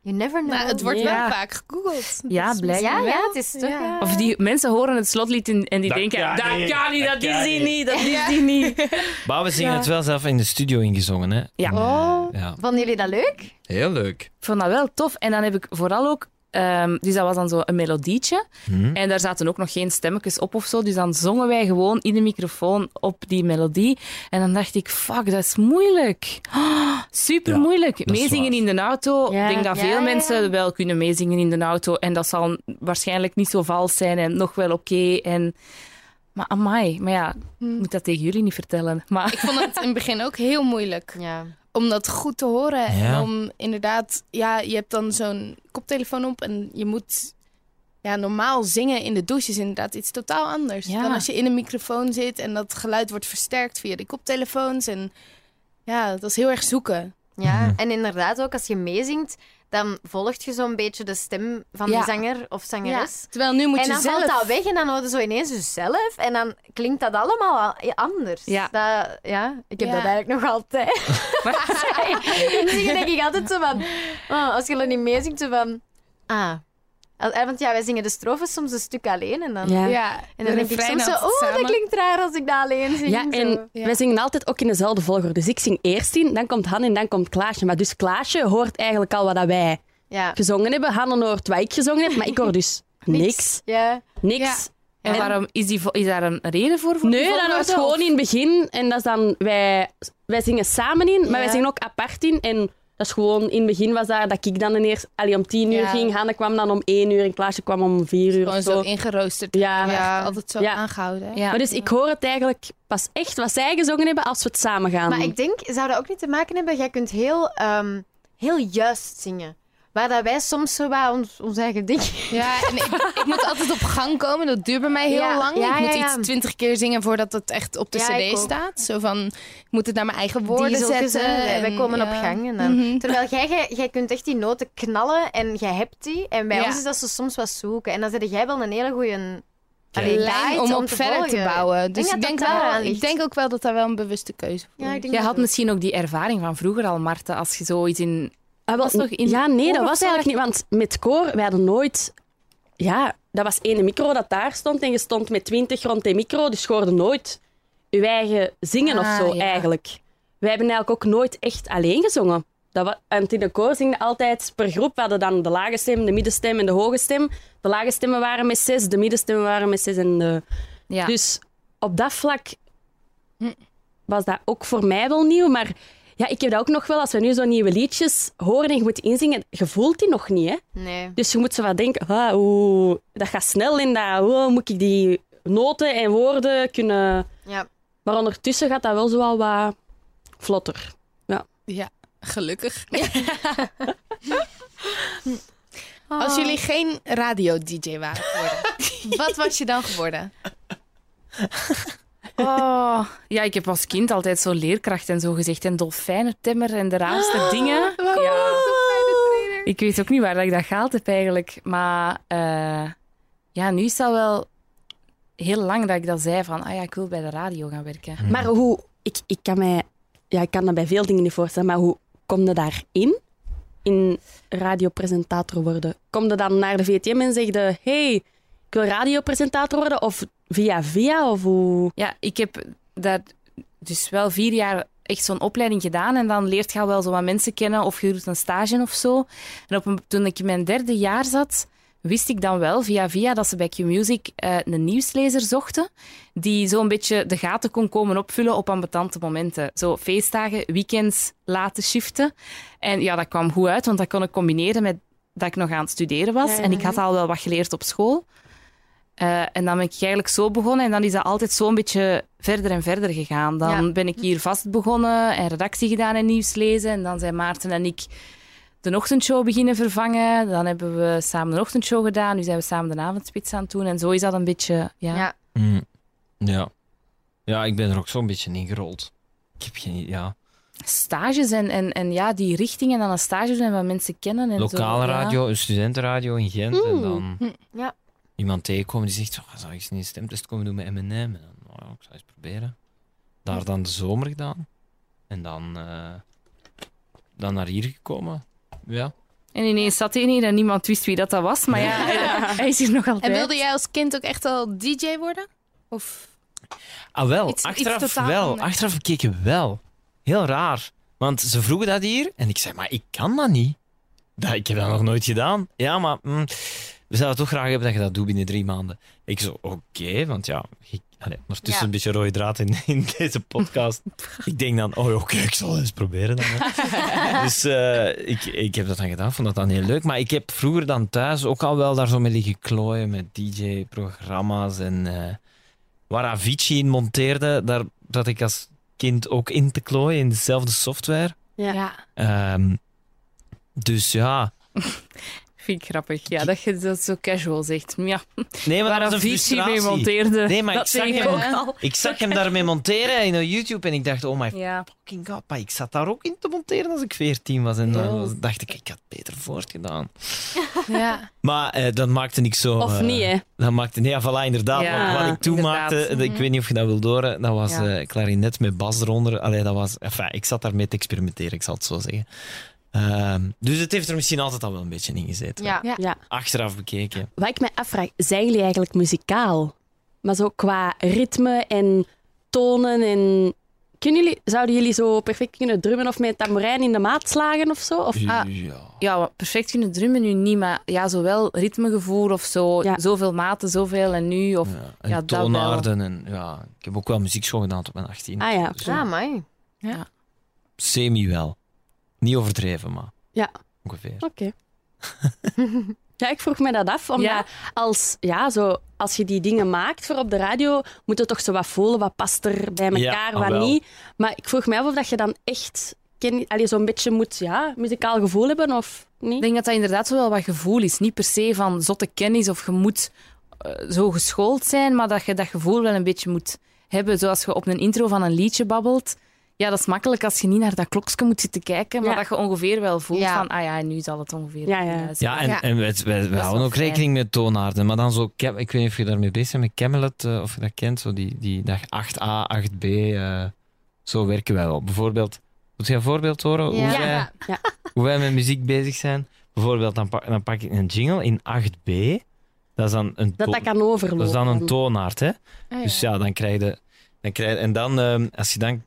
You never know. Maar Nou, het wordt Ja. wel vaak gegoogeld. Ja, Dus blijkbaar. ja, ja, het is toch... Ja. eh, Of die mensen horen het slotlied in- en die Dat denken: kan dat niet, kan niet, dat dat is kan die niet." niet, dat is die niet. Maar we zingen het wel zelf in de studio ingezongen, hè? Ja. Oh. ja. Vonden jullie dat leuk? Heel leuk. Ik vond dat wel tof. En dan heb ik vooral ook. ehm, dus dat was dan zo een melodietje. Hmm. En daar zaten ook nog geen stemmetjes op of zo. Dus dan zongen wij gewoon in de microfoon op die melodie. En dan dacht ik, fuck, dat is moeilijk. super moeilijk. is meezingen waar. in de auto. Ja. Ik denk dat Ja, veel ja, ja. mensen wel kunnen meezingen in de auto. En dat zal waarschijnlijk niet zo vals zijn en nog wel oké. En... Maar amai. Maar ja, ik moet dat tegen jullie niet vertellen. Maar Ik vond het in het begin ook heel moeilijk. Ja. om dat goed te horen. Ja. En om inderdaad, ja, je hebt dan zo'n koptelefoon op en je moet ja, normaal zingen in de douche is inderdaad iets totaal anders. Ja. Dan als je in een microfoon zit en dat geluid wordt versterkt via de koptelefoons. En ja, dat is heel erg zoeken. Ja, en inderdaad ook als je meezingt, dan volgt je zo'n beetje de stem van Ja. die zanger of zangeres. Terwijl nu moet En je dan zelf... valt dat weg en dan houden ze ineens jezelf. En dan klinkt dat allemaal al- anders. Ja. Dat, ja ik heb Ja. dat eigenlijk nog altijd. Sorry. En dan denk ik altijd zo van... oh, als je dat niet meezingt, zo van... Ah. Al- eh, Want ja, wij zingen de strofen soms een stuk alleen. En dan, Ja. Ja, en dan denk ik soms zo... oh Oh, dat klinkt raar als ik dat alleen zing. Ja, en Zo. Ja. wij zingen altijd ook in dezelfde volgorde. Dus ik zing eerst in, dan komt Han en dan komt Klaasje. Maar dus Klaasje hoort eigenlijk al wat dat wij Ja. gezongen hebben. Han hoort wat ik gezongen heb, maar ik hoor dus niks. Ja. Niks. En, En- waarom is, die, vo- is daar een reden voor? voor die Nee, dan hoort volgorde, gewoon of- in het begin. En dat is dan... Wij, wij zingen samen in, maar wij Ja. zingen ook apart in. En dat is gewoon... In het begin was daar dat ik dan ineens... Allee, om tien uur Ja. ging, Hanne kwam dan om één uur en Klaasje kwam om vier uur Gewoon of zo zo. ingeroosterd. Ja. Ja, altijd zo Ja. aangehouden. hè? Ja. Maar dus ik hoor het eigenlijk pas echt wat zij gezongen hebben als we het samen gaan. Maar ik denk, zou dat ook niet te maken hebben? Jij kunt heel, ehm, heel juist zingen. Waar dat wij soms zo wat ons, ons eigen ding... Ja, en ik, ik moet altijd op gang komen. Dat duurt bij mij heel Ja, lang. ja, ik ja, moet ja. iets twintig keer zingen voordat het echt op de Ja, ik cd ook. staat. Zo van, ik moet het naar mijn eigen woorden Dieselke zetten. zijn, en- eh, wij komen ja. op gang. En dan, Mhm. Terwijl jij, jij, jij kunt echt die noten knallen en jij hebt die. En bij Ja. ons is dat ze soms wat zoeken. En dan zet jij wel een hele goede Een lijn om op verder te bouwen. Dus dat ik denk, dat wel, daaraan ik ligt. denk ook wel dat daar wel een bewuste keuze voor Ja, ik is. denk Jij dat had ook. misschien ook die ervaring van vroeger al, Marten, als je zoiets in... Ah, wel, Was nog in ja, nee, koor dat of was zo? eigenlijk niet. Want met koor, wij hadden nooit... Ja, dat was één micro dat daar stond. En je stond met twintig rond die micro. Dus je hoorde nooit je eigen zingen of Ah, zo, ja. eigenlijk. Wij hebben eigenlijk ook nooit echt alleen gezongen. Dat wa- want in de koor zingen altijd per groep. We hadden dan de lage stem, de middenstem en de hoge stem. De lage stemmen waren met zes, de middenstemmen waren met zes. En de... Ja. Dus op dat vlak Hm. was dat ook voor mij wel nieuw. Maar ja, ik heb dat ook nog wel, als we nu zo nieuwe liedjes horen en je moet inzingen, je voelt die nog niet. Hè? Nee. Dus je moet zo wat denken, ah, oeh, dat gaat snel in dat, hoe moet ik die noten en woorden kunnen... Ja. Maar ondertussen gaat dat wel zo al wat vlotter. Gelukkig. Als Oh. jullie geen radio-dj waren geworden, wat was je dan geworden? Oh, ja, ik heb als kind altijd zo leerkracht en zo gezegd. En dolfijnen, timmer en de raarste dingen. Ja. Ik weet ook niet waar dat ik dat gehaald heb eigenlijk. Maar eh, ja, nu is dat wel heel lang dat ik dat zei van... Ah ja, ik wil bij de radio gaan werken. Maar hoe... Ik, ik kan mij... Ja, ik kan dat bij veel dingen niet voorstellen, maar hoe kom je daarin? In radiopresentator worden. Kom je dan naar de VTM en zeg je... Hey, ik wil radiopresentator worden? Of via via? Of hoe... Ja, ik heb daar dus wel vier jaar echt zo'n opleiding gedaan. En dan leert je al wel zo wat mensen kennen of je doet een stage of zo. En op een- toen ik in mijn derde jaar zat, wist ik dan wel via via dat ze bij Q-Music eh, een nieuwslezer zochten. Die zo'n beetje de gaten kon komen opvullen op ambetante momenten. Zo feestdagen, weekends, late shiften. En ja, dat kwam goed uit, want dat kon ik combineren met dat ik nog aan het studeren was. Ja, ja, En ik had al wel wat geleerd op school. Eh, en dan ben ik eigenlijk zo begonnen en dan is dat altijd zo'n beetje verder en verder gegaan. Dan Ja. ben ik hier vast begonnen en redactie gedaan en nieuws lezen. En dan zijn Maarten en ik de ochtendshow beginnen vervangen. Dan hebben we samen de ochtendshow gedaan. Nu zijn we samen de avondspits aan het doen. En zo is dat een beetje... Ja. Ja. Mm. Ja. Ja, ik ben er ook zo'n beetje in gerold. Ik heb geen... Ja. stages en, en, en ja, die richting en dan een stage doen en wat mensen kennen. En Lokale zo, ja. radio, een studentenradio in Gent. En dan Ja. iemand tegenkomen die zegt, oh, zou ik eens een stemtest komen doen met M&M? En dan, oh, ja, ik zou eens proberen. Daar dan de zomer gedaan. En dan, eh, dan naar hier gekomen. Ja. En ineens zat hij hier en niemand wist wie dat, dat was. Maar ja, hij, hij is hier nog altijd. En wilde jij als kind ook echt al DJ worden? Of Ah, wel. Iets- iets achteraf totaal wel. anders. Achteraf bekeken wel. Heel raar. Want ze vroegen dat hier en ik zei, maar ik kan dat niet. Dat, ik heb dat nog nooit gedaan. Ja, maar mm, we zouden toch graag hebben dat je dat doet binnen drie maanden. Ik zo, oké, want ja, ik, allee, ondertussen Ja. een beetje rode draad in, in deze podcast. ik denk dan, oh oké, ik zal eens proberen dan. hè. dus eh, ik, ik heb dat dan gedaan, vond dat dan heel leuk. Maar ik heb vroeger dan thuis ook al wel daar zo mee liggen klooien met DJ-programma's en... eh, waar Avicii in monteerde, daar zat ik als kind ook in te klooien in Ehm, dezelfde software. Ja. Ehm, dus ja, Vind ik grappig. Ja, dat je dat zo casual zegt. Ja, Nee, maar waar dat was een Avicii mee frustratie. monteerde. Nee, maar dat ik zag zeg ik hem- ook al. Ik zag hem daarmee monteren in YouTube en ik dacht, oh my Ja. fucking god, maar ik zat daar ook in te monteren als ik 14 was. En Ja. dan was- dacht ik, ik had beter voortgedaan. Ja. Maar eh, dat maakte ik zo... Of eh, niet, hè? Dat maakte, nee, ja, voilà, inderdaad. Ja, Want wat ik toen inderdaad. Mhm. maakte, eh, ik weet niet of je dat wil horen, dat was Ja. eh klarinet met bas eronder. Allee, dat was, enfin, ik zat daarmee te experimenteren, ik zal het zo zeggen. Ehm, dus het heeft er misschien altijd al wel een beetje in gezeten. Ja. Ja. Ja. Achteraf bekeken. Wat ik mij afvraag, zijn jullie eigenlijk muzikaal? Maar zo qua ritme en tonen en... Kunnen jullie, zouden jullie zo perfect kunnen drummen of met een tamboerijn in de maat slagen of zo? Of... Ah. Ja. Ja, maar perfect kunnen drummen nu niet, maar ja, zowel ritmegevoel of zo. Ja. Zoveel maten, zoveel en nu. Of... Ja, en Ja, dat wel. toonaarden. En, ja, ik heb ook wel muziekschool gedaan tot mijn 18. Ah ja. Ja, amai. Semi wel. Niet overdreven, maar Ja. ongeveer. Ah, Oké. ja, ik vroeg me dat af, omdat Ja? als, ja, zo, als je die dingen maakt voor op de radio, moet je toch zo wat voelen, wat past er bij Ja, elkaar, ah, wat wel. niet. Maar ik vroeg me af of dat je dan echt ken, allee, zo'n beetje moet, ja, muzikaal gevoel hebben of Ik niet. denk dat dat inderdaad wel wat gevoel is. Niet per se van zotte kennis of je moet eh, zo geschoold zijn, maar dat je dat gevoel wel een beetje moet hebben. Zoals je op een intro van een liedje babbelt. Ja, dat is makkelijk als je niet naar dat klokje moet zitten kijken, maar Ja. dat je ongeveer wel voelt Ja. van, ah ja, nu zal het ongeveer... Ja, ja. eruit zien. Ja, en, Ja. en we, we- we wel houden ook fijn. rekening met toonaarden. Maar dan zo, Cam- ik weet niet of je daarmee bezig bent met Camelot, eh, of je dat kent, zo die, die dag 8a, 8b. eh, zo werken wij wel. Bijvoorbeeld, moet je een voorbeeld horen hoe, Ja. wij, Ja. hoe wij met muziek bezig zijn? Bijvoorbeeld, dan pak, dan pak ik een jingle in 8b. Dat is dan een, Dat toon- dat kan overlopen. dat is dan een toonaard, hè? Ah, ja. Dus ja, dan krijg je... Dan krijg je- en dan, ehm, als je dan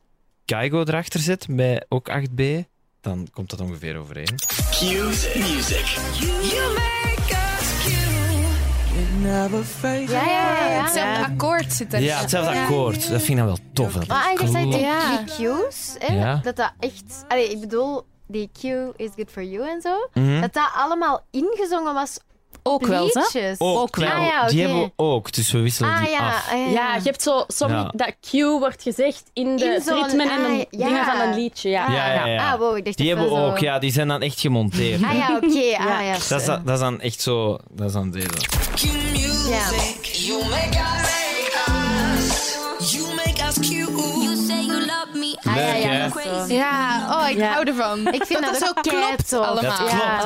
Kaigo erachter zet, bij ook 8B, dan komt dat ongeveer overeen. Cues Music. Ja, ja, ja. ja. Hetzelfde akkoord zit erin. Ja, hetzelfde akkoord. Dat vind ik dan wel tof. hè. Maar eigenlijk Ah, zei Cool. die Ja. die cues, hè, Ja. dat dat echt... Allee, ik bedoel, die cue is good for you en zo. Mhm. Dat dat allemaal ingezongen was Ook op wel, hè? liedjes. Ook, wel. wel. Ah, ja, Die oké. hebben we ook, dus we wisselen Ah die ja, af. ah, ja, Ja, je hebt zo, soms Ja. dat cue wordt gezegd in de In zo'n- ritmen en de ah, ja. dingen van een liedje. Ja. Ah, Ja, ja, ja. Ah, wow, ik dacht Die dat hebben we wel zo- ook, ja. Die zijn dan echt gemonteerd. Ah ja, oké. Ah, ja, Dat is, dan- dat is dan echt zo... Dat is dan deze. Ja. You say you love me. Ah, ja, Leuk, ja, hè? dat is zo. Ja, oh, ik Ja. hou ervan. Ik vind dat, dat dat zo ook klopt keitof. allemaal. Dat klopt, hè? Oh, Ah.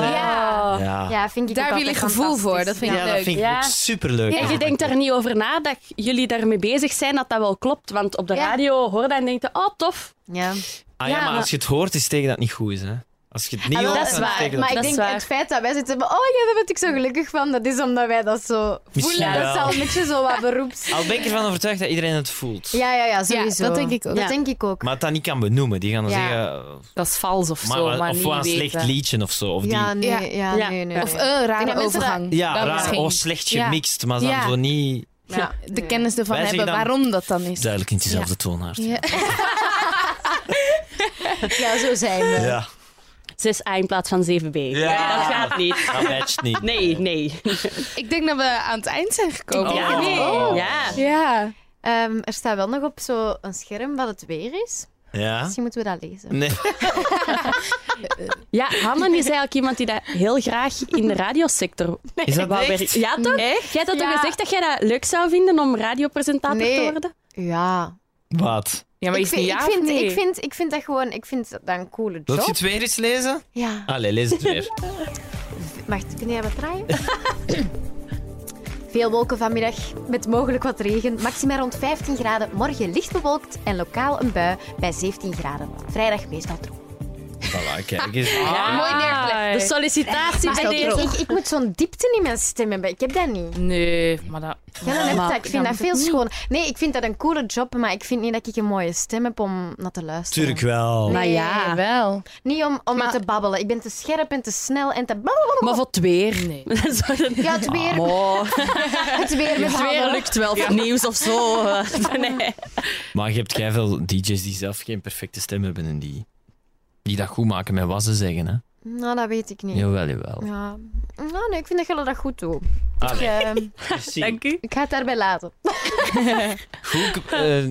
Ja, Ja. ja. Ja, vind ik Daar ook heb je altijd gevoel voor, dat fantastisch. vind ik dat leuk. vind ik Oh. Ja. ook superleuk. Ah, En je denkt er niet over na dat jullie daarmee bezig zijn, dat dat wel klopt. Want op de Ja. radio hoor je dat en denk je, oh tof, Ja. Ah ja, Ja, maar maar- als je het hoort, is tegen dat het niet goed is, hè. Als je het niet Ah, wel, hoort, dat is dan waar. tegen dat Maar het ik Dat is denk waar. het feit dat wij zitten van, oh ja, daar ben ik zo gelukkig van, dat is omdat wij dat zo voelen. Misschien Dat is wel. al een beetje zo wat beroeps. Al ben ik ervan overtuigd dat iedereen het voelt. Ja, ja, ja, sowieso. dat denk ik ook. Dat Ja. denk ik ook. Maar het dan niet kan benoemen. Die gaan dan Ja. zeggen... eh, Dat is vals of Maar, zo, maar, of niet wel een weten. slecht liedje of zo. Of die, Ja, ja, nee, ja, Ja. nee, nee. Ja. Of nee. een Ik denk rare dat mensen overgang. Dat raar misschien. of slecht Ja. gemixt, maar dan Ja. zo niet Ja. De kennis ervan Wij zeggen hebben dan- waarom dat dan is. duidelijk in dezelfde toonaard. Ja. Ja, zo zijn we. Ja. 6A in plaats van 7B. Ja. Dat gaat niet. Dat matcht niet. Nee, nee. Ik denk dat we aan het eind zijn gekomen. Oh. Ja, nee. Oh. Ja. Ja. Ehm, er staat wel nog op zo'n scherm wat het weer is. Ja? Misschien moeten we dat lezen. Nee. ja, Hannen is eigenlijk iemand die dat heel graag in de radiosector Is dat wou echt? werken. Ja, toch? Echt? Jij had dat Ja. toch gezegd dat jij dat leuk zou vinden om radiopresentator Nee. te worden? Ja. Wat? Ja, maar ik, is het vind, niet ja ik, of vind, nee? ik, vind, ik vind dat gewoon... Ik vind dat een coole Wilt je job. het weer eens lezen? Ja. Allee, lees het weer. Wacht, kun jij wat draaien? Veel wolken vanmiddag, met mogelijk wat regen. Maxima rond 15 graden. Morgen licht bewolkt en lokaal een bui bij 17 graden. Vrijdag meestal droog. voilà, kijk eens. Mooi De Ah, neergelegd. Dus sollicitatie Maar bij ik, ik, deze. Ah, ik moet zo'n diepte in mijn stem hebben. Ik heb dat niet. Nee, maar dat... Ja, dan heb ik Maar dat. Ik vind dan dat veel schoon. Nee, ik vind dat een coole job, maar ik vind niet dat ik een mooie stem heb om naar te luisteren. Tuurlijk wel. Maar Ja, ja, wel. Niet om, om te babbelen. Ik ben te scherp en te snel en te... maar voor het weer. Nee. Zo, dat- Ja, het weer. Oh, Het weer het met weer babbelen. lukt wel voor nieuws of zo. eh, Nee. Maar je hebt veel DJ's die zelf geen perfecte stem hebben en die, die dat goed maken met wat ze zeggen. Hè? Nou, dat weet ik niet. Ja. Jawel, jawel. Nou, nee, ik vind dat jullie dat goed doen. Ik, Allee, eh, merci. ik ga het daarbij laten. Goed, eh,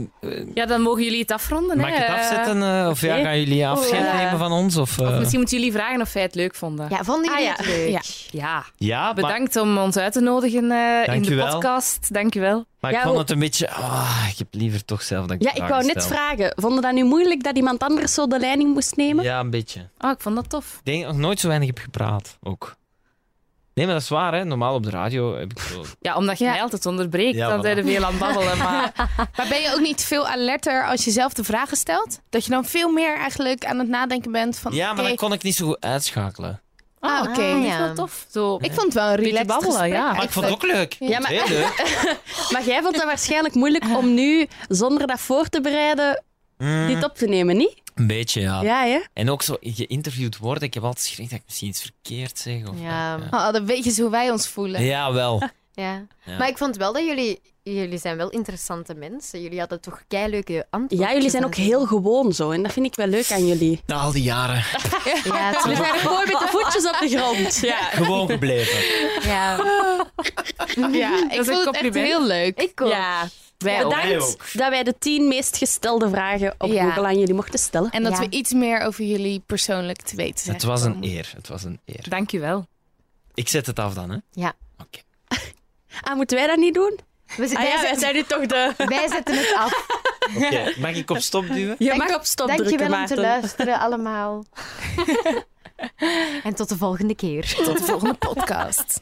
Ja, dan mogen jullie het afronden. mag ik het hè. afzetten? eh, of ja, oké. gaan jullie afscheid Oeh, ja. nemen van ons? Of, eh, Of misschien moeten jullie vragen of wij het leuk vonden. Ja, vonden jullie Ah, het ja. leuk? Ja. Ja, ja, maar, bedankt om ons uit te nodigen eh in de Dankjewel. podcast. Dankjewel. maar ik Ja, vond we- het een beetje... ah, ik heb liever toch zelf dat ik Ja, ik wou vragen net Ah, stel. vragen. Vonden dat nu moeilijk dat iemand anders zo de leiding moest nemen? Ja, een beetje. Oh, ik vond dat tof. Ik denk dat ik nog nooit zo weinig heb gepraat, ook. Nee, maar dat is waar, hè. Normaal op de radio heb ik zo... Ja, omdat je Ja. mij altijd onderbreekt, Ja, dan voilà. zijn we veel aan het babbelen. Maar Maar ben je ook niet veel alerter als je zelf de vragen stelt? Dat je dan veel meer eigenlijk aan het nadenken bent van... Ja, maar oké, dat kon ik niet zo goed uitschakelen. Ah, oké. Ah, dat is ja. wel tof. Zo, Ik vond het wel een Beetje relaxed babbelen, gesprek. ja. Maar ik vond het ook leuk. Ja, Ik vond het maar- heel leuk. Maar jij vond het waarschijnlijk moeilijk om nu, zonder dat voor te bereiden, Mm, Ah. dit op te nemen, niet? een beetje, ja. Ja, hè? En ook zo geïnterviewd worden. Ik heb altijd schrik dat ik misschien iets verkeerd zeg. Of, Ja. ja. Oh, dan weet je eens hoe wij ons voelen. Ja, wel. Ja. Ja. Maar ik vond wel dat jullie... Jullie zijn wel interessante mensen. Jullie hadden toch leuke antwoorden. Ja, jullie zijn ook heel gewoon zo. En dat vind ik wel leuk aan jullie. Na al die jaren. Ja, het We was- zijn gewoon met de voetjes op de grond. Ja. Gewoon gebleven. ja. Ja, is ik een vond het echt compliment. heel leuk. ik ook. Ja. wij ook. Wij Bedankt ook. dat wij de tien meest gestelde vragen op Ja. Google aan jullie mochten stellen. En dat Ja. we iets meer over jullie persoonlijk te weten zijn. Het was een gekomen. eer. Het was een eer. dankjewel. Ik zet het af dan, hè. Ah, moeten wij dat niet doen? We z- Ah wij, ja, wij zetten, zijn nu toch de... wij zetten het af. Oké. Mag ik op stop duwen? Je Dank- mag op stop drukken, Dankjewel om te Maarten. luisteren allemaal. en tot de volgende keer. Tot de volgende podcast.